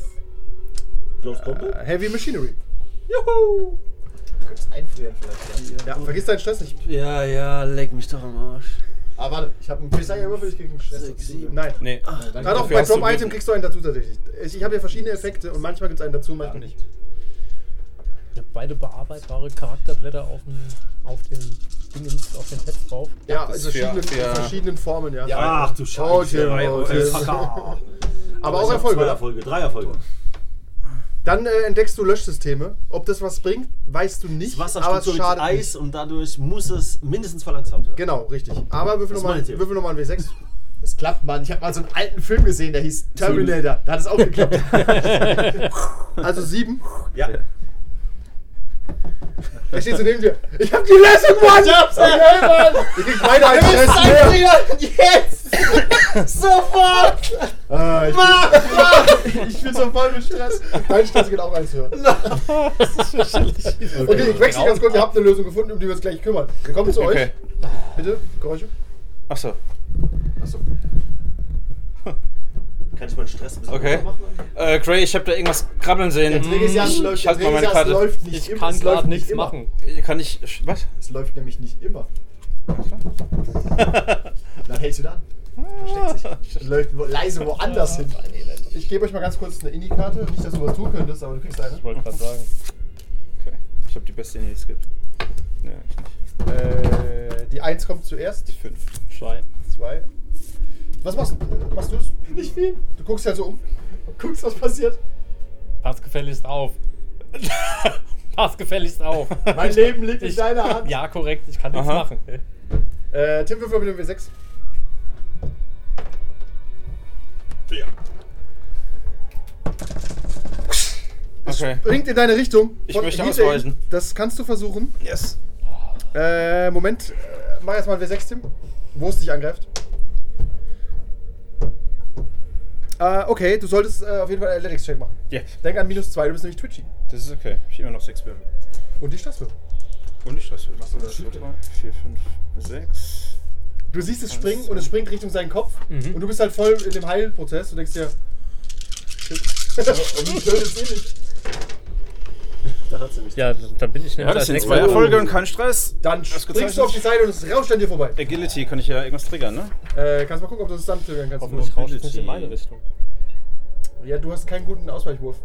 Speaker 5: Glaubst
Speaker 3: äh, Heavy Machinery.
Speaker 5: Juhu!
Speaker 7: Du könntest einfrieren vielleicht. Ja.
Speaker 3: Ja, vergiss deinen Stress nicht.
Speaker 5: Ja, ja, leck mich doch am Arsch.
Speaker 7: Ah, warte, ich habe einen Pissagger-Würfel, ich krieg einen Stress.
Speaker 5: Sechs,
Speaker 7: dazu.
Speaker 5: sieben.
Speaker 3: Nein.
Speaker 6: Nee.
Speaker 7: Dann
Speaker 3: Gerade auch
Speaker 6: Dafür
Speaker 3: bei
Speaker 6: hast du
Speaker 3: Drop-Item
Speaker 6: Glück.
Speaker 3: kriegst du einen dazu tatsächlich. Ich, ich habe ja verschiedene Effekte und manchmal gibt es einen dazu, manchmal nicht.
Speaker 4: Ich hab beide bearbeitbare Charakterblätter auf dem, auf dem Dingens, auf dem Test drauf.
Speaker 3: Ja,
Speaker 6: das
Speaker 3: in
Speaker 6: ist für-
Speaker 3: verschiedenen,
Speaker 6: für- Ah,
Speaker 3: in verschiedenen Formen, ja.
Speaker 5: Ach du
Speaker 3: Oh,
Speaker 5: Scheiße.
Speaker 3: Tim, oh, Tim.
Speaker 5: Aber,
Speaker 3: Aber
Speaker 5: ich
Speaker 3: auch
Speaker 5: hab
Speaker 3: Erfolge.
Speaker 5: Zwei
Speaker 3: oder?
Speaker 5: Erfolge, drei Erfolge.
Speaker 3: Dann äh, entdeckst du Löschsysteme. Ob das was bringt, weißt du nicht.
Speaker 5: Das Wasser
Speaker 3: aber es
Speaker 5: strukturiert
Speaker 3: schadet
Speaker 5: Eis
Speaker 3: nicht.
Speaker 5: und dadurch muss es mindestens verlangsamt werden.
Speaker 3: Genau, richtig. Aber würfel
Speaker 5: Das ist
Speaker 3: nochmal
Speaker 5: meine Theorie.
Speaker 3: würfel noch mal ein W6.
Speaker 7: Das klappt, Mann. Ich habe mal so einen alten Film gesehen, der hieß Terminator. Da hat es auch geklappt.
Speaker 3: Also 7.
Speaker 5: Ja.
Speaker 3: Er steht so neben dir. Ich hab die Lösung, Mann! Ich hab's okay, Mann! Ihr kriegt beide einen Stress mehr.
Speaker 7: Jetzt! Sofort!
Speaker 3: Ah, ich,
Speaker 7: Ich bin so voll mit Stress.
Speaker 3: dein Stress geht auch eins höher. Okay, ich wechsle ganz kurz. Ihr habt eine Lösung gefunden, um die wir uns gleich kümmern. Wir kommen zu
Speaker 6: Okay.
Speaker 3: euch. Bitte, Geräusche.
Speaker 6: Achso.
Speaker 7: Achso.
Speaker 5: Kann ich meinen Stress ein bisschen
Speaker 6: Okay.
Speaker 5: runtermachen?
Speaker 6: Äh, Gray, ich habe da irgendwas krabbeln
Speaker 7: Der
Speaker 6: sehen.
Speaker 7: Trigesias läuft,
Speaker 6: Ich
Speaker 7: der
Speaker 6: halte mal meine
Speaker 7: Trigesias
Speaker 6: Karte.
Speaker 7: läuft nicht
Speaker 4: Ich
Speaker 7: immer.
Speaker 4: kann
Speaker 7: Es läuft
Speaker 4: gerade
Speaker 7: nicht
Speaker 4: nichts
Speaker 7: immer.
Speaker 4: machen.
Speaker 6: Kann ich. Was?
Speaker 7: Es läuft nämlich nicht immer. Dann hältst du da an. Versteckt sich. Es läuft wo, leise woanders hin.
Speaker 3: Ich gebe euch mal ganz kurz eine Indie-Karte. Nicht, dass du was tun könntest, aber du kriegst eine.
Speaker 4: Ich wollte gerade sagen.
Speaker 6: Okay. Ich habe die beste Idee, die es gibt. Ja, ich nicht.
Speaker 3: Äh, die 1 kommt zuerst.
Speaker 6: Fünf.
Speaker 4: Zwei.
Speaker 3: Zwei. Was machst, machst du? Nicht viel. Du guckst ja so um.
Speaker 7: Guckst, was passiert?
Speaker 4: Pass gefälligst auf. Pass gefälligst auf.
Speaker 7: Mein Leben liegt in
Speaker 4: Ich-
Speaker 7: deiner Hand.
Speaker 4: Ja, korrekt, ich kann nichts
Speaker 6: Aha.
Speaker 4: machen.
Speaker 3: Äh, Tim würfel mit dem W6.
Speaker 6: Okay.
Speaker 3: Ringt in deine Richtung.
Speaker 6: Ich
Speaker 3: Von
Speaker 6: möchte
Speaker 3: hinter ihm.
Speaker 6: ausweichen.
Speaker 3: Das kannst du versuchen.
Speaker 6: Yes.
Speaker 3: Äh, Moment. Äh, Mach erstmal ein W6, Tim. Wo es dich angreift. Äh, okay, du solltest äh, auf jeden Fall einen Athletics-Check machen.
Speaker 6: Ja,
Speaker 3: Denk an minus 2, du bist nämlich twitchy.
Speaker 6: das ist okay. Ich habe immer noch sechs Würfel.
Speaker 3: Und die Stasswürfel.
Speaker 6: Und ich das Würfel. Was
Speaker 3: das Schild?
Speaker 6: 4, 5, 6.
Speaker 3: Du siehst es springen und es springt Richtung seinen Kopf. Und du bist halt voll in dem Heilprozess und denkst dir. Shit. Wie schön ist sie nicht.
Speaker 5: Da hat sie mich.
Speaker 4: Ja, dann bin ich schneller
Speaker 6: Ja, das
Speaker 4: als
Speaker 6: sind
Speaker 4: nächstes
Speaker 6: zwei
Speaker 4: Mal.
Speaker 6: Erfolge und kein Stress.
Speaker 3: Dann
Speaker 6: Hast
Speaker 3: springst du
Speaker 6: gezeichnet?
Speaker 3: auf die Seite und es rauscht an dir vorbei.
Speaker 6: Agility kann ich ja irgendwas triggern, ne?
Speaker 3: Äh, kannst mal gucken, ob du das dann triggern kannst.
Speaker 4: Hoffentlich rauscht es nicht in meine Richtung.
Speaker 3: Ja, du hast keinen guten Ausweichwurf.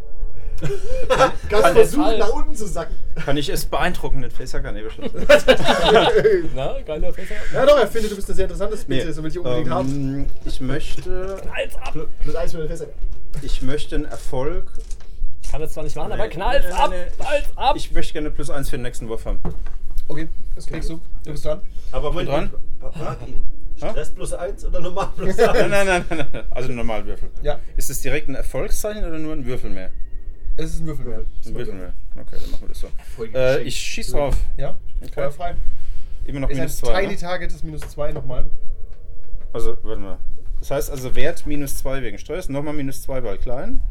Speaker 7: Kannst versuchen,
Speaker 4: Fall.
Speaker 7: nach unten zu sacken.
Speaker 6: Kann ich es beeindrucken, den Facehacker? Nee, bestimmt.
Speaker 4: Na, geiler Fässer.
Speaker 3: Ja doch, er findet, du bist eine sehr interessante Spezies und will dich unbedingt haben.
Speaker 6: ähm, ich möchte.
Speaker 4: Knallt's ab!
Speaker 7: Plus eins für den Fässer.
Speaker 6: Ich möchte einen Erfolg.
Speaker 4: Kann es zwar nicht machen, aber
Speaker 6: Nee.
Speaker 4: knallt's
Speaker 6: Nee, nee,
Speaker 4: ab!
Speaker 6: nee.
Speaker 4: Knallt's ab!
Speaker 6: Ich möchte gerne plus eins für den nächsten Wurf haben.
Speaker 3: Okay, das kriegst du. Du bist dran.
Speaker 5: Aber Moment,
Speaker 6: dran?
Speaker 5: pa- frag ihn.
Speaker 6: Hä?
Speaker 5: Stress plus eins oder normal plus
Speaker 6: Nein,
Speaker 5: eins?
Speaker 6: nein, nein, nein, nein. Also ein Normalwürfel.
Speaker 3: Ja.
Speaker 6: Ist es direkt ein Erfolgszeichen oder nur ein Würfel mehr?
Speaker 3: Es ist ein Würfel mehr.
Speaker 6: Ein Würfel mehr. Okay, dann machen wir das so. Äh, ich schieß drauf.
Speaker 3: Ja?
Speaker 6: Okay.
Speaker 3: Feuer frei.
Speaker 6: Immer noch
Speaker 3: Ist ein
Speaker 6: minus zwei.
Speaker 3: Tiny
Speaker 6: Ne?
Speaker 3: Target ist minus 2 nochmal.
Speaker 6: Also, warte mal. Das heißt also Wert minus zwei wegen Stress. Nochmal minus zwei, weil klein.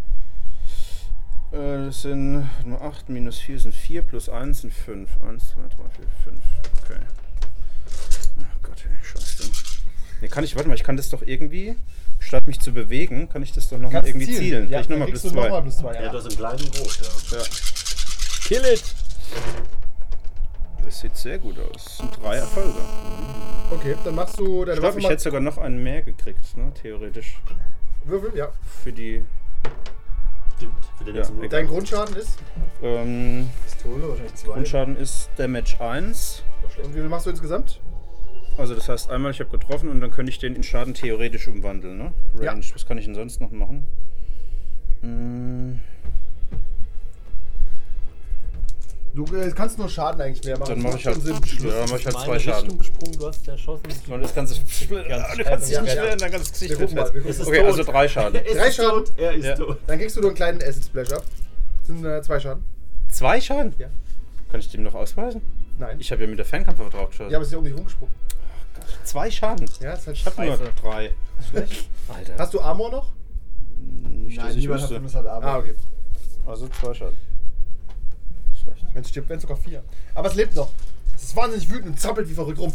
Speaker 6: Äh, Das sind nur 8 minus 4 sind 4, plus 1 sind 5. 1, 2, 3, 4, 5. Okay. Ach Gott, ey, scheiße. Nee, kann ich, warte mal, ich kann das doch irgendwie, statt mich zu bewegen, kann ich das doch nochmal irgendwie zielen.
Speaker 3: Ja,
Speaker 6: Vielleicht
Speaker 3: dann
Speaker 6: nochmal plus
Speaker 3: kriegst du nochmal
Speaker 6: 2.
Speaker 3: plus 2.
Speaker 5: Ja,
Speaker 3: Ja.
Speaker 5: du hast im Kleinen und Groß, ja.
Speaker 6: Ja.
Speaker 4: Kill it!
Speaker 6: Das sieht sehr gut aus. Das sind drei Erfolge.
Speaker 3: Okay, dann machst du deine
Speaker 6: Ich glaube, ich hätte
Speaker 3: Waffe
Speaker 6: sogar noch einen mehr gekriegt, ne? theoretisch.
Speaker 3: mal. Würfel, ja.
Speaker 6: Für die.
Speaker 5: Stimmt. Für den
Speaker 6: Ja,
Speaker 5: nächsten
Speaker 6: egal.
Speaker 5: Wurf.
Speaker 3: Dein Grundschaden ist.
Speaker 6: Ähm,
Speaker 7: Pistole, wahrscheinlich zwei.
Speaker 6: Grundschaden ist Damage 1.
Speaker 3: Und wie viel machst du insgesamt?
Speaker 6: Also, das heißt, einmal ich habe getroffen und dann könnte ich den in Schaden theoretisch umwandeln. Ne?
Speaker 3: Ja.
Speaker 6: Range. Was kann ich denn sonst noch machen? Mm,
Speaker 3: Du äh, kannst nur Schaden eigentlich mehr machen. Das
Speaker 6: Dann mache
Speaker 3: macht
Speaker 6: ich
Speaker 3: schon
Speaker 6: halt,
Speaker 3: Sinn.
Speaker 6: ja, dann mach ich halt zwei Schaden.
Speaker 4: gesprungen, du hast erschossen.
Speaker 6: Und das ganze. Ah, Du kannst dich
Speaker 3: Ja,
Speaker 6: nicht
Speaker 3: ja.
Speaker 6: wehren, dein ganzes Gesicht
Speaker 3: Wir
Speaker 6: wird
Speaker 3: gucken mal. Wir
Speaker 6: fett.
Speaker 3: gucken.
Speaker 5: Es ist
Speaker 6: Okay,
Speaker 5: tot.
Speaker 6: also drei Schaden.
Speaker 5: Er ist
Speaker 3: Drei Schaden.
Speaker 5: tot, er ist
Speaker 6: Ja.
Speaker 5: tot.
Speaker 3: Dann kriegst du nur einen kleinen Acid Splash ab. Das sind äh, zwei Schaden.
Speaker 6: Zwei Schaden?
Speaker 3: Ja.
Speaker 6: Kann ich dem noch ausweichen?
Speaker 3: Nein.
Speaker 6: Ich habe ja mit der Fernkampfwaffe draufgeschossen.
Speaker 3: ja, aber es ist ja um dich rumgesprungen.
Speaker 6: zwei Schaden.
Speaker 3: Ja, ist halt
Speaker 6: Ich habe nur
Speaker 3: scheiße.
Speaker 6: drei. Alter.
Speaker 3: Hast du Armor noch?
Speaker 6: Nicht, dass
Speaker 7: Nein,
Speaker 6: ich
Speaker 7: niemand hat
Speaker 6: wüsste.
Speaker 7: Plus hat Arme.
Speaker 3: Ah, okay.
Speaker 6: Also zwei Schaden. Schlecht.
Speaker 3: Wenn es stirbt, werden es sogar vier. Aber es lebt noch. Es ist wahnsinnig wütend und zappelt wie verrückt rum.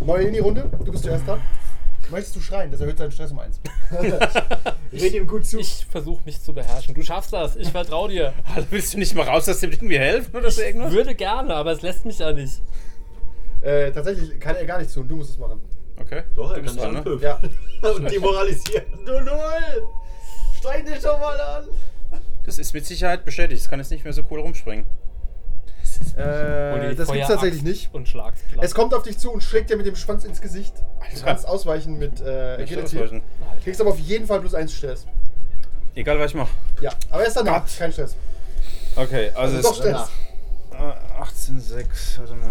Speaker 3: Moin in die Runde. Du bist zuerst dran. Möchtest du schreien? Das erhöht seinen Stress um eins.
Speaker 7: Red ihm gut zu.
Speaker 4: Ich versuche mich zu beherrschen. Du schaffst das, ich vertraue dir.
Speaker 6: Alter, Also willst du nicht mal raus, dass dem Ding mir helfen oder so irgendwas?
Speaker 4: Würde gerne, aber es lässt mich ja nicht.
Speaker 3: äh, tatsächlich kann er gar nichts tun. Du musst es machen.
Speaker 6: Okay.
Speaker 5: Doch,
Speaker 6: Du
Speaker 5: er
Speaker 6: bist
Speaker 5: kann
Speaker 6: dran,
Speaker 5: schon
Speaker 6: ne?
Speaker 5: ne?
Speaker 3: Ja.
Speaker 5: Und die moralisieren. Du Null! Streng dich schon mal an!
Speaker 6: Das ist mit Sicherheit beschädigt. Das kann jetzt nicht mehr so cool rumspringen.
Speaker 4: Hol die
Speaker 3: Äh, das gibt's
Speaker 4: Feueraxt
Speaker 3: tatsächlich nicht.
Speaker 4: Und schlag's platt.
Speaker 3: Es kommt auf dich zu und schlägt dir mit dem Schwanz ins Gesicht. Du kannst ausweichen mit äh,
Speaker 6: Ich will
Speaker 3: Agility.
Speaker 6: ausweichen.
Speaker 3: Kriegst aber auf jeden Fall plus eins Stress.
Speaker 6: Egal, was ich mache.
Speaker 3: Ja, aber erst danach. Kein Stress.
Speaker 6: Okay, also
Speaker 3: Doch
Speaker 6: es ist
Speaker 3: Stress.
Speaker 6: 18,6. Warte mal.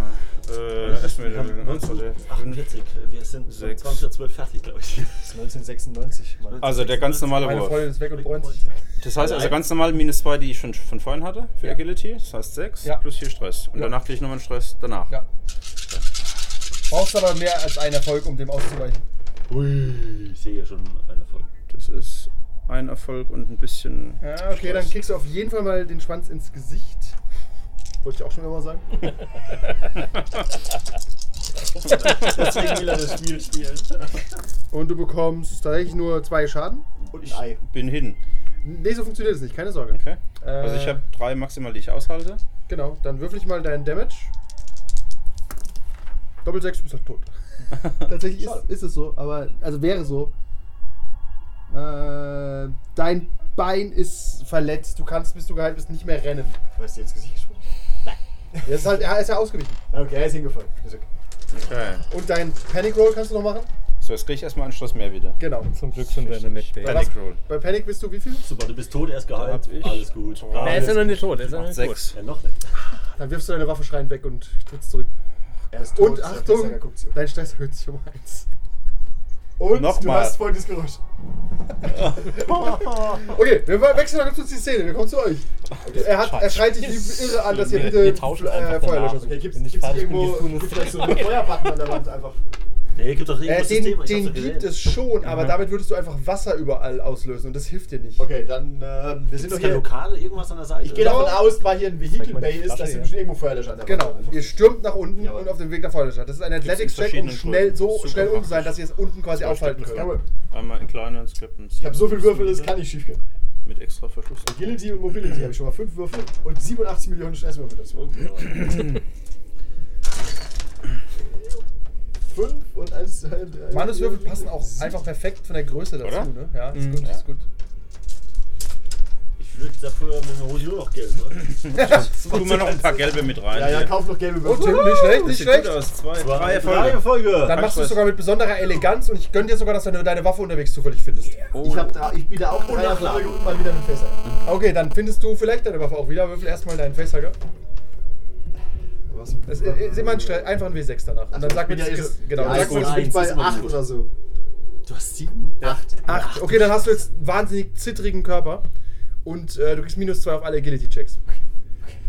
Speaker 3: Also
Speaker 6: Äh, erstmal
Speaker 5: Wir haben 48, wir sind um
Speaker 6: Sechs.
Speaker 5: 20.12 fertig, glaube ich.
Speaker 7: 1996. Mann.
Speaker 6: Also der ganz normale
Speaker 3: Meine
Speaker 6: Wurf.
Speaker 3: Freundin ist weg und bräunt sich.
Speaker 6: Das heißt also ganz normal minus 2, die ich schon von vorhin hatte für
Speaker 3: Ja.
Speaker 6: Agility. Das heißt 6
Speaker 3: Ja.
Speaker 6: plus 4 Stress. Und
Speaker 3: Ja.
Speaker 6: danach kriege ich nochmal einen Stress danach.
Speaker 3: Ja. Brauchst aber mehr als einen Erfolg, um dem auszuweichen.
Speaker 5: Ui, ich sehe hier schon einen Erfolg.
Speaker 6: Das ist ein Erfolg und ein bisschen.
Speaker 3: Ja, okay, dann kriegst du auf jeden Fall mal den Schwanz ins Gesicht. Wollte ich auch schon immer sagen.
Speaker 5: Deswegen will er das Spiel spielen.
Speaker 3: Und du bekommst tatsächlich nur zwei Schaden.
Speaker 7: Und ein Ei.
Speaker 6: Bin hin.
Speaker 3: Nee, so funktioniert es nicht, keine Sorge.
Speaker 6: Okay.
Speaker 3: Äh,
Speaker 6: Also ich habe drei maximal, die ich aushalte.
Speaker 3: Genau, dann würfel ich mal deinen Damage. Doppel 6, du bist halt tot. Tatsächlich ist, ist es so, aber also wäre so. Äh, dein Bein ist verletzt, du kannst, bis du geheilt bist, nicht mehr rennen.
Speaker 7: Weißt du, jetzt Gesicht gesprungen?
Speaker 3: Er ist, halt, er ist ja ausgewichen.
Speaker 7: Okay, er ist hingefallen. Ist okay.
Speaker 6: Okay.
Speaker 3: Und dein Panic Roll kannst du noch machen?
Speaker 6: Ist So, jetzt kriege ich erstmal einen Schuss mehr wieder.
Speaker 3: Genau.
Speaker 8: Zum Glück sind wir in der Midday.
Speaker 6: Panic Roll.
Speaker 3: Bei Panic bist du wie viel?
Speaker 5: Super, du bist tot, er ist
Speaker 6: Da hab
Speaker 5: geheilt.
Speaker 6: ich-
Speaker 5: Alles gut.
Speaker 8: Er ist
Speaker 5: Alles
Speaker 8: ja noch nicht tot, er ist ja noch
Speaker 6: Macht
Speaker 8: nicht
Speaker 6: sechs.
Speaker 5: Ja, noch nicht.
Speaker 3: Dann wirfst du deine Waffe schreiend weg und trittst zurück.
Speaker 7: Er ist tot.
Speaker 3: Und
Speaker 7: der Versager
Speaker 3: Achtung,
Speaker 7: guckt's ihm.
Speaker 3: dein Stress erhöht sich um eins.
Speaker 7: Und du
Speaker 6: Nochmal.
Speaker 7: hast folgendes Geräusch.
Speaker 3: Okay, wir wechseln mal ganz kurz die Szene, wir kommen zu euch. Er, hat, er schreit dich wie irre an, dass ihr bitte äh,
Speaker 4: Wir tauschen einfach
Speaker 3: Feuerlöscher
Speaker 4: danach.
Speaker 3: sucht.
Speaker 7: Okay, gibt's,
Speaker 4: Wenn ich
Speaker 7: gibt's
Speaker 4: fertig bin,
Speaker 7: irgendwo
Speaker 4: gehst du in das
Speaker 7: gibt's vielleicht so einen Feuerbutton an der Wand einfach?
Speaker 5: Nee, gibt doch
Speaker 3: Äh,
Speaker 5: irgendwas
Speaker 3: den
Speaker 5: Thema. Ich hab's
Speaker 3: den
Speaker 5: doch
Speaker 3: gibt
Speaker 5: gesehen.
Speaker 3: es schon, aber damit würdest du einfach Wasser überall auslösen und das hilft dir nicht.
Speaker 7: Mhm. Okay, dann, ähm, wir sind
Speaker 5: Ist
Speaker 7: doch
Speaker 5: kein
Speaker 7: hier.
Speaker 5: Lokal, irgendwas an der Seite?
Speaker 7: Ich gehe davon aus, weil hier ein Vehicle Bay ist, dass
Speaker 8: Flasche,
Speaker 7: hier
Speaker 8: ja.
Speaker 7: bestimmt irgendwo Feuerlöscher an der Wand
Speaker 3: Genau,
Speaker 7: sind.
Speaker 3: ihr stürmt nach unten
Speaker 7: Jawohl.
Speaker 3: und auf dem Weg nach vorne statt. Das ist ein Athletics-Check, um
Speaker 6: verschiedenen
Speaker 3: schnell, so
Speaker 6: Größen.
Speaker 3: schnell
Speaker 6: Super
Speaker 3: unten zu sein, dass ihr es unten quasi aufhalten könnt.
Speaker 7: Jawohl.
Speaker 6: Einmal in kleinen Skripten.
Speaker 7: Ich habe so viel Würfel,
Speaker 6: Mhm.
Speaker 7: das kann nicht schief gehen.
Speaker 6: Mit extra Verschluss.
Speaker 7: Agility und Mobility habe ich schon mal 5 Würfel und 87 Millionen Stresswürfel dazu. 5 und 1, 2, 3.
Speaker 3: Manus Würfel passen auch einfach perfekt von der Größe dazu,
Speaker 6: Oder?
Speaker 3: ne? Ja, ist
Speaker 8: Mhm.
Speaker 3: gut, ist gut.
Speaker 5: Ich würde dafür mit dem Hose nur noch Geld, ne?
Speaker 6: Tun wir noch ein paar gelbe mit rein.
Speaker 7: Ja, ja,
Speaker 6: hier.
Speaker 7: kauf noch gelbe
Speaker 3: Oh,
Speaker 7: Würfel.
Speaker 3: Tim, nicht schlecht,
Speaker 6: Das
Speaker 3: nicht
Speaker 6: sieht gut
Speaker 3: schlecht.
Speaker 6: aus. Zwei,
Speaker 5: Zwei,
Speaker 6: drei
Speaker 5: drei
Speaker 6: Erfolge.
Speaker 5: Erfolge.
Speaker 3: Dann machst du es
Speaker 6: Spaß.
Speaker 3: sogar mit besonderer Eleganz und ich gönne dir sogar, dass du deine Waffe unterwegs zufällig findest.
Speaker 5: Oh.
Speaker 7: Ich, hab da, ich biete auch drei Nachlage und mal wieder mit Fässer.
Speaker 3: Okay, dann findest du vielleicht deine Waffe auch wieder. Würfel erstmal deinen Facehugger.
Speaker 7: Was?
Speaker 3: Das äh, ist- ist immer ein, schnell- einfach ein W6 danach. Und dann
Speaker 7: Also,
Speaker 3: sagt
Speaker 7: ich
Speaker 3: man,
Speaker 7: bin ja eh
Speaker 3: das-
Speaker 7: schon-
Speaker 3: genau,
Speaker 7: Ja,
Speaker 3: dann
Speaker 7: ich
Speaker 3: sagt
Speaker 5: gut.
Speaker 3: man,
Speaker 7: bin ich bei
Speaker 5: Eins ist immer
Speaker 7: 8
Speaker 5: gut.
Speaker 7: oder so.
Speaker 5: Du hast sieben? Acht.
Speaker 3: Acht. Okay, dann hast du jetzt einen wahnsinnig zittrigen Körper und äh, du kriegst minus zwei auf alle Agility-Checks.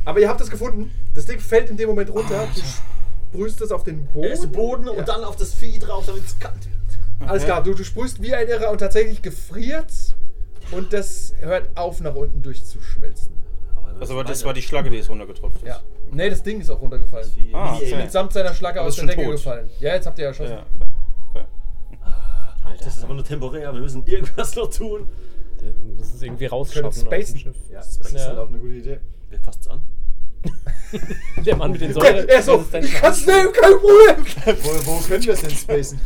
Speaker 3: Aber ihr habt es gefunden. Das Ding fällt in dem Moment runter. Du sprühst es auf den Boden.
Speaker 5: Er ist Boden
Speaker 3: Ja.
Speaker 5: und dann auf das Vieh drauf, damit es kalt wird.
Speaker 3: Alles klar, du, du sprühst wie ein Irrer und tatsächlich gefriert's. Und das hört auf, nach unten durchzuschmelzen.
Speaker 6: Also aber das war die Schlagge, die jetzt runtergetropft ist.
Speaker 3: Ja. Nee, das Ding ist auch runtergefallen.
Speaker 6: Ah,
Speaker 5: Wie
Speaker 6: okay.
Speaker 3: Samt seiner Schlacke
Speaker 6: Aber
Speaker 3: aus der
Speaker 6: ist schon
Speaker 3: Decke
Speaker 6: tot.
Speaker 3: gefallen. Ja, jetzt habt ihr ja erschossen.
Speaker 6: Ja, okay. okay.
Speaker 5: Alter, das ist aber nur temporär. Wir müssen irgendwas noch tun.
Speaker 4: Wir müssen es irgendwie rausschaffen aus
Speaker 3: spacen.
Speaker 4: dem Schiff.
Speaker 7: Ja, das ist
Speaker 4: Ja.
Speaker 7: halt auch eine gute Idee.
Speaker 5: Wer fasst an?
Speaker 4: Der Mann mit den
Speaker 3: Okay,
Speaker 4: Säure.
Speaker 3: er so, ich kann's nehmen, kein Problem.
Speaker 7: Wo, wo können wir es denn spacen?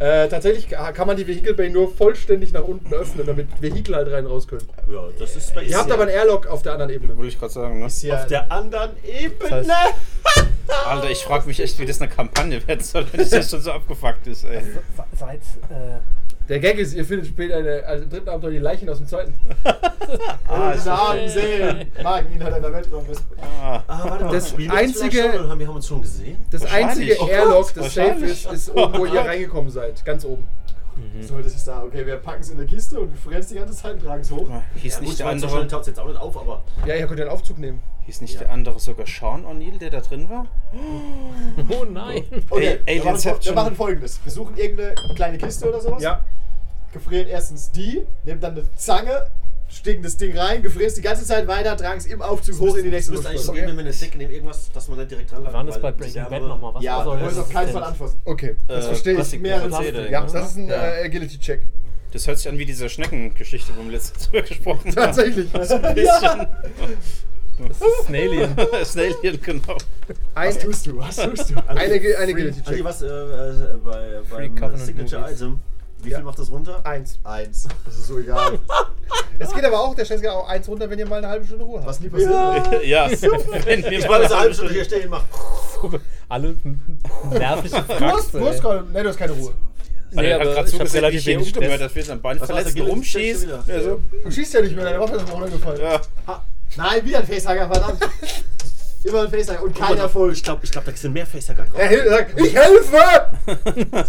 Speaker 3: äh, tatsächlich kann man die Vehicle Bay nur vollständig nach unten öffnen, damit Vehicle halt rein raus können.
Speaker 5: Ja, das ist Space.
Speaker 3: Ihr habt aber ein Airlock auf der anderen Ebene.
Speaker 6: Wollte ich gerade sagen, ne?
Speaker 7: Ist hier
Speaker 5: auf der anderen Ebene.
Speaker 6: Alter, ich frage mich echt, wie das eine Kampagne werden soll, wenn das jetzt schon so abgefuckt ist, ey.
Speaker 7: Also,
Speaker 4: Seit. Äh,
Speaker 3: Der Gag ist, ihr findet später eine, also im dritten Abenteuer die Leichen aus dem zweiten.
Speaker 6: Ah, ist
Speaker 7: Guten
Speaker 6: das
Speaker 7: Abend, Seelen. Magen ihn hat an der Weltraum.
Speaker 6: ah.
Speaker 5: Ah, warte mal.
Speaker 3: Das
Speaker 5: spielen wir jetzt vielleicht
Speaker 3: einzige-
Speaker 5: Schon, oder haben wir haben uns schon gesehen?
Speaker 3: Das
Speaker 6: Wahrscheinlich.
Speaker 3: einzige
Speaker 7: Oh
Speaker 3: Airlock, das safe
Speaker 6: Wahrscheinlich.
Speaker 3: ist, ist oben, wo ihr reingekommen seid. Ganz oben.
Speaker 7: Mhm. So, das ist da. Okay, wir packen es in der Kiste und frieren es die ganze Zeit und tragen es hoch.
Speaker 6: Hieß
Speaker 5: Gut,
Speaker 6: nicht der
Speaker 5: ich meine, so schnell
Speaker 6: andere,
Speaker 5: taucht jetzt auch nicht auf, aber
Speaker 3: Ja, ihr könnt ja einen Aufzug nehmen.
Speaker 6: hieß nicht der andere sogar Sean O'Neill, der da drin war?
Speaker 4: oh nein.
Speaker 7: Okay,
Speaker 6: Ey,
Speaker 7: wir, machen, fol- wir
Speaker 6: Alienception.
Speaker 7: machen folgendes. Wir suchen irgendeine kleine Kiste oder sowas. Gefrieren erstens die, nehmen dann eine Zange, stecken das Ding rein, gefrieren es die ganze Zeit weiter, tragen es im Aufzug hoch in die nächste
Speaker 5: müsste eigentlich
Speaker 7: Luftflosse.
Speaker 5: gehen, wenn wir eine Decke nehmen, irgendwas, dass man nicht direkt dran
Speaker 4: Wir waren das bei Breaking Bad nochmal. Was
Speaker 7: Ja,
Speaker 4: war
Speaker 6: Also,
Speaker 7: wir
Speaker 4: soll
Speaker 7: wollen es auf keinen Fall
Speaker 4: denn?
Speaker 7: anfassen.
Speaker 3: Okay, das
Speaker 6: Äh,
Speaker 3: verstehe ich.
Speaker 6: Plastik-
Speaker 7: Mehr
Speaker 6: Plastik-
Speaker 4: Plastik-
Speaker 3: Ja,
Speaker 6: ne?
Speaker 3: das ist ein
Speaker 6: Ja.
Speaker 3: äh, Agility-Check.
Speaker 6: Das hört sich an wie diese Schneckengeschichte, wo wir letztens drüber gesprochen haben.
Speaker 3: Tatsächlich.
Speaker 6: Bisschen.
Speaker 4: Das ist Snailien.
Speaker 6: Snalien, genau.
Speaker 3: Ein,
Speaker 7: Was tust du? Was tust du?
Speaker 3: ein, Agi- ein
Speaker 5: Also
Speaker 3: Agility-Check.
Speaker 5: was äh, äh, bei beim äh,
Speaker 8: Covenant
Speaker 5: Signature
Speaker 8: Movies.
Speaker 5: Item. Wie
Speaker 3: Ja.
Speaker 5: viel macht das runter?
Speaker 3: Eins.
Speaker 7: Eins. Das ist so egal.
Speaker 3: Es geht aber auch, der Stress geht auch eins runter, wenn ihr mal eine halbe Stunde Ruhe habt.
Speaker 7: Was nie passiert. Ja.
Speaker 6: Ja, wenn wir
Speaker 5: Ich war das eine halbe
Speaker 6: mal
Speaker 5: Stunde hier stehen macht.
Speaker 4: Alle nervige
Speaker 3: Du hast, du hast,
Speaker 4: Faxe.
Speaker 3: gerade- nee, du hast keine Ruhe.
Speaker 6: Nee, er hat gerade zugesehen, wie ich hier umgehört,
Speaker 4: Stress.
Speaker 6: dass wir jetzt am Bein
Speaker 5: Was hast du
Speaker 6: verletzt
Speaker 5: gelesen?
Speaker 6: rumschießt.
Speaker 5: Schon wieder.
Speaker 6: Ja, so.
Speaker 3: Du schießt ja nicht mehr, deine Waffe ist runtergefallen.
Speaker 6: ja.
Speaker 7: Nein, wieder ein Facehacker, verdammt. Immer ein Facehacker und kein Erfolg.
Speaker 5: Ich glaube, ich glaub, da sind mehr Facehacker drauf.
Speaker 3: Er hilft, er sagt, ich helfe!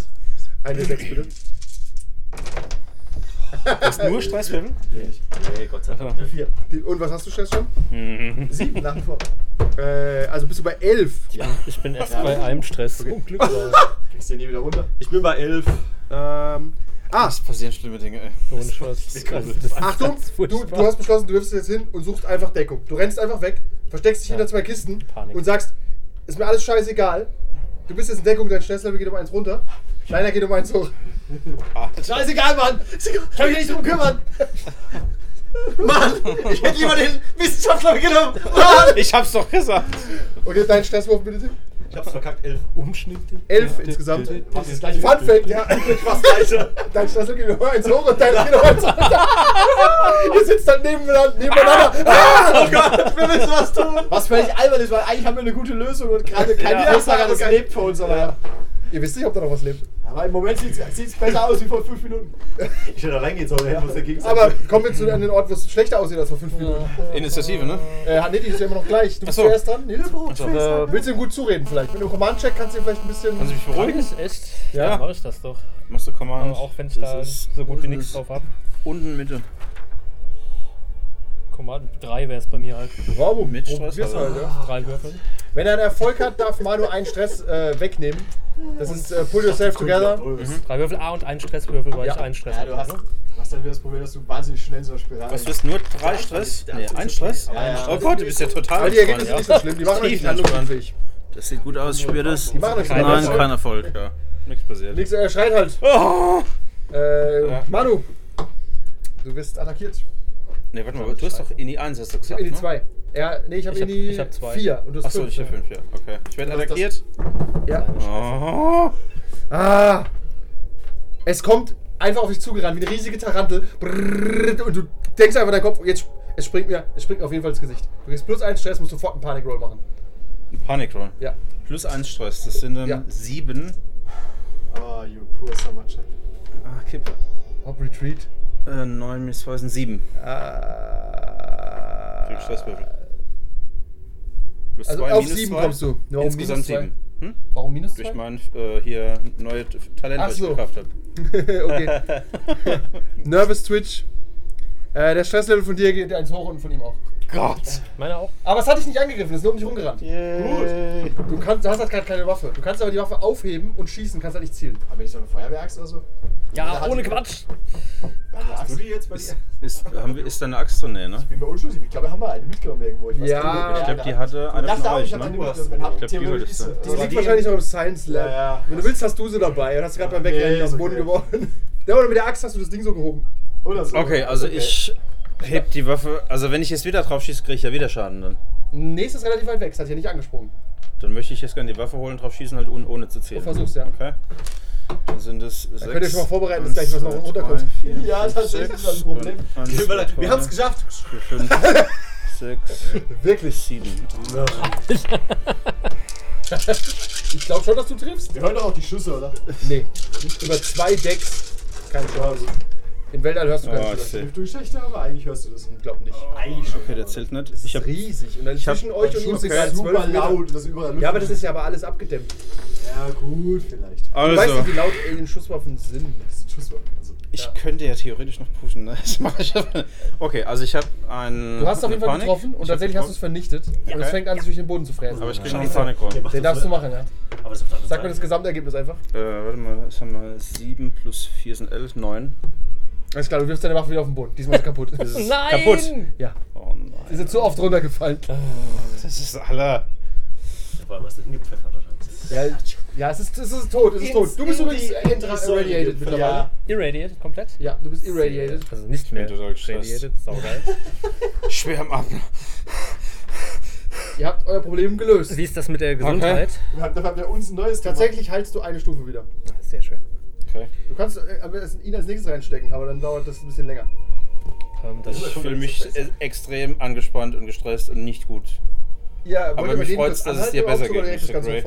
Speaker 3: Eine sechs bitte.
Speaker 6: Das ist nur Stressfilm.
Speaker 5: Nee, Gott sei Dank.
Speaker 3: Vier. Die- Und was hast du Stress schon?
Speaker 6: Mhm.
Speaker 7: Sieben nach wie vor.
Speaker 3: Äh, also bist du bei elf.
Speaker 4: Ich bin erst bei allem Stress. Zum Glück.
Speaker 7: Kriegst du nie wieder runter.
Speaker 5: Ich bin bei 11.
Speaker 3: Ähm, ah,
Speaker 6: Es passieren schlimme Dinge, ey.
Speaker 4: Ohne Spaß. Also, das-
Speaker 3: Achtung,
Speaker 4: das ist
Speaker 3: du,
Speaker 4: furchtbar.
Speaker 3: du hast beschlossen, du wirfst jetzt hin und suchst einfach Deckung. Du rennst einfach weg, versteckst dich hinter zwei Kisten
Speaker 4: Panik.
Speaker 3: und sagst, ist mir alles scheißegal. Du bist jetzt in Deckung, dein Stresslevel geht um eins runter. Deiner geht um eins hoch.
Speaker 7: Scheißegal, Mann. Ist egal. Ich kann mich nicht drum kümmern. Mann, ich hätte lieber den Wissenschaftler genommen.
Speaker 6: Ich hab's doch gesagt.
Speaker 3: Okay, dein Stresswurf bitte. Tim.
Speaker 5: Ich hab's verkackt, 11.
Speaker 7: Oh,
Speaker 4: Umschnitte.
Speaker 3: Elf insgesamt. Fun
Speaker 7: Machst du das gleiche?
Speaker 3: Fact, ja.
Speaker 7: Was Gleiche.
Speaker 3: Dein Schlüssel geht um eins hoch und deiner geht um eins runter. Ihr sitzt dann nebeneinander. nebeneinander.
Speaker 7: Oh
Speaker 3: Ah!
Speaker 7: Wir müssen was tun. Was völlig albern ist, weil eigentlich haben wir eine gute Lösung und gerade kein
Speaker 6: Ja.
Speaker 7: Facehacker, das lebt für uns. Aber ja.
Speaker 3: Ihr wisst nicht, ob da noch was lebt.
Speaker 7: Aber im Moment sieht es besser aus wie vor fünf Minuten.
Speaker 5: Ich hätte da reingehen sollen, hätten wir uns dagegen
Speaker 3: Aber kommen wir zu einem Ort, wo es schlechter aussieht als vor fünf Minuten.
Speaker 6: Initiative, ne?
Speaker 3: Äh, nee, die ist ja immer noch gleich. Du bist
Speaker 6: Ach so.
Speaker 3: zuerst dran. Nilebro,
Speaker 6: so, äh, Also,
Speaker 3: Willst du ihm gut zureden vielleicht? Mit einem Command-Check kannst du ihm vielleicht ein bisschen...
Speaker 6: Kannst du mich
Speaker 4: Wenn
Speaker 6: beruhigen?
Speaker 4: es ist,
Speaker 3: Ja.
Speaker 4: dann mache ich das doch.
Speaker 6: Machst du Command?
Speaker 4: Aber auch wenn ich da
Speaker 6: Das ist
Speaker 4: so gut wie
Speaker 6: unten
Speaker 4: nichts
Speaker 6: ist-
Speaker 4: drauf habe.
Speaker 6: Unten Mitte.
Speaker 4: Command 3 wäre es bei mir halt.
Speaker 3: Bravo,
Speaker 6: Mit
Speaker 3: probier's
Speaker 6: Stress,
Speaker 3: halt,
Speaker 6: also.
Speaker 3: ja.
Speaker 4: Drei Würfel.
Speaker 3: Wenn er einen Erfolg hat, darf Manu einen Stress äh, wegnehmen. Das ist äh, Pull Yourself Together.
Speaker 4: Drei Würfel A und ein Stresswürfel, weil
Speaker 3: Ja.
Speaker 4: ich einen Stress
Speaker 7: Ja, du hast,
Speaker 4: habe. ne?
Speaker 7: du hast dann wieder das Problem, dass du wahnsinnig schnell in so einer Spirale
Speaker 6: Was bist du? Nur drei Stress? Nee, ein Stress?
Speaker 7: Ja, ja.
Speaker 6: Oh Gott, du bist ja total
Speaker 3: Aber die
Speaker 6: entspannt,
Speaker 3: Ergebnisse sind nicht so schlimm.
Speaker 6: ja.
Speaker 3: Die machen euch nicht
Speaker 6: Steven
Speaker 3: handlungsunfähig.
Speaker 6: Das sieht gut aus, spür das.
Speaker 3: Die machen euch nicht
Speaker 6: Nein,
Speaker 3: handlungsunfähig.
Speaker 6: kein Erfolg, ja. Nichts passiert.
Speaker 3: Nix, er schreit halt.
Speaker 6: Oh!
Speaker 3: Äh,
Speaker 6: Ja.
Speaker 3: Manu, du wirst attackiert.
Speaker 6: Ne, warte mal, du hast doch Ini 1, hast du gesagt,
Speaker 3: In die
Speaker 6: ne?
Speaker 3: 2. Ja, nee, ich habe
Speaker 4: Ich
Speaker 3: in
Speaker 4: hab-
Speaker 3: die
Speaker 4: ich hab zwei.
Speaker 3: 4 und du hast
Speaker 6: Achso, ich hab 5, ja. Okay. Ich werde
Speaker 7: Das ist
Speaker 6: attackiert.
Speaker 3: Ja.
Speaker 6: Oh!
Speaker 3: Ah. Es kommt einfach auf dich zugerannt, wie eine riesige Tarantel. Brrrr, Und du denkst einfach in deinen Kopf, jetzt es springt mir, es springt mir auf jeden Fall ins Gesicht. Du kriegst plus einen Stress, musst sofort einen Panikroll machen.
Speaker 6: Ein Panic Roll.
Speaker 3: Ja.
Speaker 6: Plus 1 Stress, das sind
Speaker 3: Ja.
Speaker 6: dann 7.
Speaker 7: Oh,
Speaker 3: Ah,
Speaker 7: you poor summer child.
Speaker 6: Ah, Kipp.
Speaker 3: Hop Retreat.
Speaker 6: Äh, 9 minus 2 sind 7.
Speaker 3: Ah.
Speaker 6: Viel Stresswürfel. Plus
Speaker 3: Also
Speaker 6: zwei,
Speaker 3: auf
Speaker 6: minus
Speaker 3: sieben
Speaker 6: zwei.
Speaker 3: kommst du. Ja, um
Speaker 6: Insgesamt
Speaker 3: minus zwei.
Speaker 6: 7. Hm?
Speaker 3: Warum minus
Speaker 6: Durch
Speaker 3: 2?
Speaker 6: mein äh, hier neue T- Talent,
Speaker 3: Ach
Speaker 6: was
Speaker 3: so.
Speaker 6: ich gekauft habe.
Speaker 3: okay. Nervous Twitch. Äh, der Stresslevel von dir geht eins hoch und von ihm auch.
Speaker 6: Gott!
Speaker 4: Meine auch.
Speaker 3: Aber es hat dich nicht angegriffen, es ist nur um dich rumgerannt.
Speaker 6: Gut!
Speaker 3: Du kannst, hast halt gerade keine Waffe. Du kannst aber die Waffe aufheben und schießen, kannst halt nicht zielen.
Speaker 7: Aber ich so eine Feuerwehraxt oder so?
Speaker 4: Ja, ohne Quatsch.
Speaker 7: Hast du die jetzt bei dir?
Speaker 6: Ist, ist, haben wir, ist da eine Axt drin, nee, ne?
Speaker 7: Ich bin mir unschlüssig. Ich glaube, wir haben mal eine mitgenommen irgendwo. Ich weiß
Speaker 3: Ah, Ja,
Speaker 7: nicht, wo wir
Speaker 3: ich
Speaker 6: Ich glaube, die
Speaker 7: eine hatten. Ich
Speaker 6: hatte eine
Speaker 7: dachte
Speaker 6: von
Speaker 7: auch, ich
Speaker 6: euch,
Speaker 7: habe eine
Speaker 6: ne?
Speaker 7: mitgenommen.
Speaker 6: Ich glaub, die
Speaker 7: Theoretisch
Speaker 6: war das
Speaker 7: diese-
Speaker 6: dann.
Speaker 3: Die
Speaker 7: diese-
Speaker 3: liegt wahrscheinlich noch im Science Lab.
Speaker 7: Ja, ja.
Speaker 3: Wenn du willst, hast du sie dabei und hast gerade beim Wegrennen
Speaker 7: Nee,
Speaker 3: auf den
Speaker 7: ist
Speaker 3: Boden
Speaker 7: okay.
Speaker 3: geworfen. Ja, oder mit der Axt hast du das Ding so gehoben.
Speaker 7: Oder so.
Speaker 6: Okay, also ich heb die Waffe. Also, wenn ich jetzt wieder drauf schieße, kriege ich ja wieder Schaden dann.
Speaker 3: Nee, es ist relativ weit weg, es hat ja nicht angesprungen.
Speaker 6: Dann möchte ich jetzt gerne die Waffe holen, drauf schießen, halt un- ohne zu zählen.
Speaker 3: Du versuchst, ja.
Speaker 6: Okay. Dann sind es sechs.
Speaker 3: könnt ihr schon mal vorbereiten, dass gleich was noch runterkommt.
Speaker 7: Ja, tatsächlich, das ist ein Problem.
Speaker 6: Wir haben es geschafft. Fünf, sechs,
Speaker 3: Wirklich.
Speaker 6: sieben.
Speaker 3: Ich glaube schon, dass du triffst.
Speaker 7: Wir hören doch auch die Schüsse, oder?
Speaker 3: Nee. Über zwei Decks. Keine Chance. Im Weltall hörst du
Speaker 6: Oh,
Speaker 3: keine
Speaker 6: ich
Speaker 3: Chance.
Speaker 6: sehe.
Speaker 7: Du Geschichte, aber eigentlich hörst du das.
Speaker 3: Ich glaube nicht.
Speaker 7: Eigentlich schon.
Speaker 6: Okay, der zählt nicht.
Speaker 3: Das
Speaker 6: Ich
Speaker 3: ist
Speaker 6: hab,
Speaker 3: riesig. Und dann
Speaker 6: hab-
Speaker 3: zwischen euch und ihm
Speaker 6: Schuss
Speaker 3: sind
Speaker 6: ist
Speaker 3: gerade
Speaker 6: super
Speaker 3: zwölf
Speaker 7: Super
Speaker 3: Meter.
Speaker 7: laut, das ist überall
Speaker 3: Ja, aber das ist ja aber alles abgedämmt.
Speaker 7: Ja, gut, vielleicht.
Speaker 3: Ich weiß
Speaker 6: also,
Speaker 3: nicht, wie laut Alien-Schusswaffen sind.
Speaker 7: Das ist ein Schusswort. Also,
Speaker 6: ich könnte ja theoretisch noch pushen. Ne? Das mache ich aber. Okay, also ich habe einen.
Speaker 3: Du hast auf jeden Fall
Speaker 6: Panik.
Speaker 3: getroffen und
Speaker 6: Ich hab
Speaker 3: tatsächlich hast du es
Speaker 6: getroffen.
Speaker 3: vernichtet. Und es
Speaker 6: Okay.
Speaker 3: fängt an, sich durch den Boden zu fräsen.
Speaker 6: Aber ich kriege noch einen
Speaker 3: Scheiße.
Speaker 6: Panikroll.
Speaker 3: Den darfst du machen, ja.
Speaker 5: Aber das ist auf der anderen
Speaker 3: Sag mir das
Speaker 5: Seite.
Speaker 3: Gesamtergebnis einfach.
Speaker 6: Äh, warte mal, was haben wir? 7 plus 4 sind 11, 9.
Speaker 3: Alles klar, du wirfst deine Waffe wieder auf den Boden. Diesmal ist sie kaputt.
Speaker 4: Nein!
Speaker 6: kaputt.
Speaker 3: Ja,
Speaker 6: Oh nein.
Speaker 3: ist jetzt so oft runtergefallen.
Speaker 6: Das ist aller.
Speaker 5: Vor allem, was der hingepfeffert hat. wahrscheinlich.
Speaker 3: Ja, ja es, ist, es ist tot, es ist tot. Du bist
Speaker 7: In
Speaker 3: übrigens
Speaker 7: die- in die Säule gefallen.
Speaker 3: irradiated mittlerweile.
Speaker 7: Ja.
Speaker 3: Ja.
Speaker 4: Irradiated komplett?
Speaker 3: du bist irradiated.
Speaker 4: Also nicht mehr
Speaker 6: bin total gestresst.
Speaker 4: irradiated, saugeil.
Speaker 6: Schwärm ab.
Speaker 3: Ihr habt euer Problem gelöst.
Speaker 4: Wie ist das mit der Gesundheit?
Speaker 7: wir haben, dafür haben wir uns ein neues
Speaker 3: Tatsächlich heilst du eine Stufe wieder.
Speaker 4: Ah, Sehr schön.
Speaker 6: Okay.
Speaker 3: Du kannst äh, am besten ihn als nächstes reinstecken, aber dann dauert das ein bisschen länger.
Speaker 4: Ähm, das
Speaker 6: Ich fühle mich e- extrem angespannt und gestresst und nicht gut.
Speaker 3: Ja,
Speaker 6: Aber mich freut's, dass es dir besser geht, Mr. Grey.
Speaker 3: geht.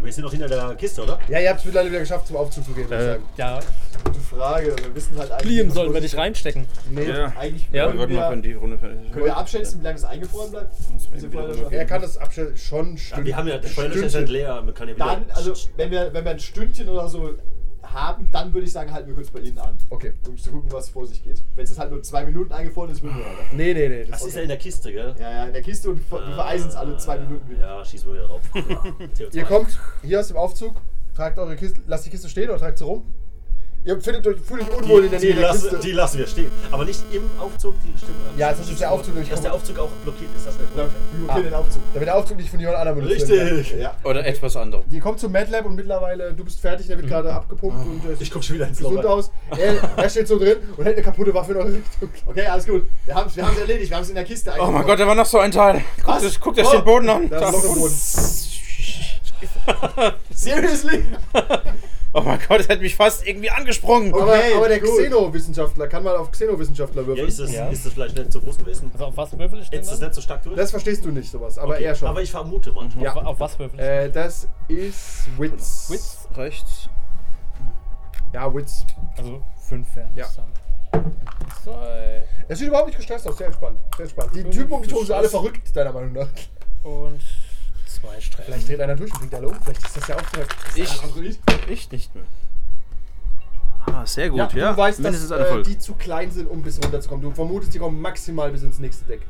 Speaker 5: Wir sind noch hinter der Kiste, oder?
Speaker 3: Ja, ihr habt es mittlerweile wieder geschafft, zum Aufzug zu gehen, würde ich
Speaker 6: Äh,
Speaker 3: sagen.
Speaker 4: ja,
Speaker 7: Gute Frage. Wir wissen halt eigentlich.
Speaker 4: Liam
Speaker 7: was
Speaker 4: sollten wir
Speaker 7: los
Speaker 4: dich
Speaker 7: ist.
Speaker 4: reinstecken.
Speaker 3: Nee.
Speaker 7: Eigentlich
Speaker 4: Ja,
Speaker 7: können,
Speaker 6: Warte mal, wenn
Speaker 7: wir,
Speaker 6: die Runde fertig ist.
Speaker 7: können wir abschätzen, wie lange es eingefroren bleibt.
Speaker 6: wieder runter.
Speaker 3: Er kann das abschätzen. Schon
Speaker 5: Ja,
Speaker 3: stimmt.
Speaker 5: wir haben ja, der Feuerlöscher ist halt
Speaker 3: Stündchen.
Speaker 5: leer. Man kann ja wieder.
Speaker 7: Dann, also wenn wir, wenn wir ein Stündchen oder so haben, dann würde ich sagen, halten wir kurz bei Ihnen an.
Speaker 3: Okay.
Speaker 7: Um zu gucken, was vor sich geht. Wenn es jetzt halt nur zwei Minuten eingefroren ist, würden wir weiter.
Speaker 3: Nee, nee, nee.
Speaker 5: das
Speaker 3: Das
Speaker 5: ist ja in der Kiste, gell?
Speaker 7: Ja, ja, in der Kiste und ver- wir vereisen es alle zwei Minuten wieder.
Speaker 5: Äh, Ja, schießen wir wieder drauf. CO2.
Speaker 3: Ihr kommt hier aus dem Aufzug, tragt eure Kiste, lasst die Kiste stehen oder tragt sie rum. Ihr findet euch, fühlt euch unwohl in der
Speaker 5: Die,
Speaker 3: Nähe
Speaker 5: die,
Speaker 3: der
Speaker 5: lassen,
Speaker 3: Kiste.
Speaker 5: die lassen wir stehen. Aber nicht im Aufzug, die stimmt. oder?
Speaker 3: Ja, das ist der Aufzug, ich
Speaker 5: Dass der
Speaker 3: komme-
Speaker 5: Aufzug auch blockiert ist, das wäre
Speaker 7: Wir
Speaker 5: toll.
Speaker 7: blockieren den Aufzug.
Speaker 3: damit Ah. der Aufzug nicht von jemand anderem benutzt wird.
Speaker 5: Richtig.
Speaker 7: Ja.
Speaker 6: Oder etwas anderes.
Speaker 3: Ihr kommt zum MATLAB und mittlerweile, du bist fertig, der wird gerade abgepumpt und äh,
Speaker 5: Mhm. Ich
Speaker 3: sieht
Speaker 5: komm schon wieder ins
Speaker 3: gesund
Speaker 5: Loch.
Speaker 3: aus. Er, er steht so drin und hält eine kaputte Waffe in eure Richtung.
Speaker 7: Okay, alles gut. Wir haben es wir haben's erledigt. Wir haben es in der Kiste
Speaker 6: Oh
Speaker 7: eingefroren.
Speaker 6: mein Gott, da war noch so ein Teil. Guck,
Speaker 7: Was?
Speaker 6: das, guck, da
Speaker 7: Oh,
Speaker 6: steht Boden an.
Speaker 3: Da ist noch im Boden.
Speaker 7: Seriously?
Speaker 6: Oh mein Gott, das hätte mich fast irgendwie angesprungen.
Speaker 7: Okay,
Speaker 3: aber, aber der
Speaker 7: gut.
Speaker 3: Xenowissenschaftler kann mal auf Xenowissenschaftler
Speaker 5: Ja,
Speaker 3: würfeln.
Speaker 5: ist das,
Speaker 4: Ja.
Speaker 5: ist das vielleicht nicht so groß gewesen?
Speaker 4: Also auf was würfel ich denn
Speaker 5: Jetzt ist das
Speaker 4: dann?
Speaker 5: nicht so stark durch?
Speaker 3: Das verstehst du nicht, sowas, aber
Speaker 5: Okay,
Speaker 3: er schon.
Speaker 5: Aber ich vermute mal.
Speaker 4: Auf,
Speaker 3: Ja.
Speaker 4: auf was würfel ich denn?
Speaker 3: äh, das ist Witz.
Speaker 4: Witz?
Speaker 6: Rechts.
Speaker 3: Ja, Witz.
Speaker 4: Also fünf wären das
Speaker 3: Ja.
Speaker 4: dann. Zwei
Speaker 3: Er sieht überhaupt nicht gestresst aus, sehr entspannt. Sehr entspannt. Die Typen um dich herum sind alle verrückt, deiner Meinung nach.
Speaker 4: und zwei Streifen.
Speaker 3: Vielleicht dreht einer durch und bringt alle um. Vielleicht ist das ja auch der
Speaker 6: Ich-
Speaker 3: Android.
Speaker 6: Ich nicht mehr. Ah, sehr gut, ja.
Speaker 3: du weißt,
Speaker 6: Mindestens
Speaker 3: dass
Speaker 6: eine
Speaker 3: äh,
Speaker 6: Folge.
Speaker 3: die zu klein sind, um bis runterzukommen. Du vermutest, die kommen maximal bis ins nächste Deck.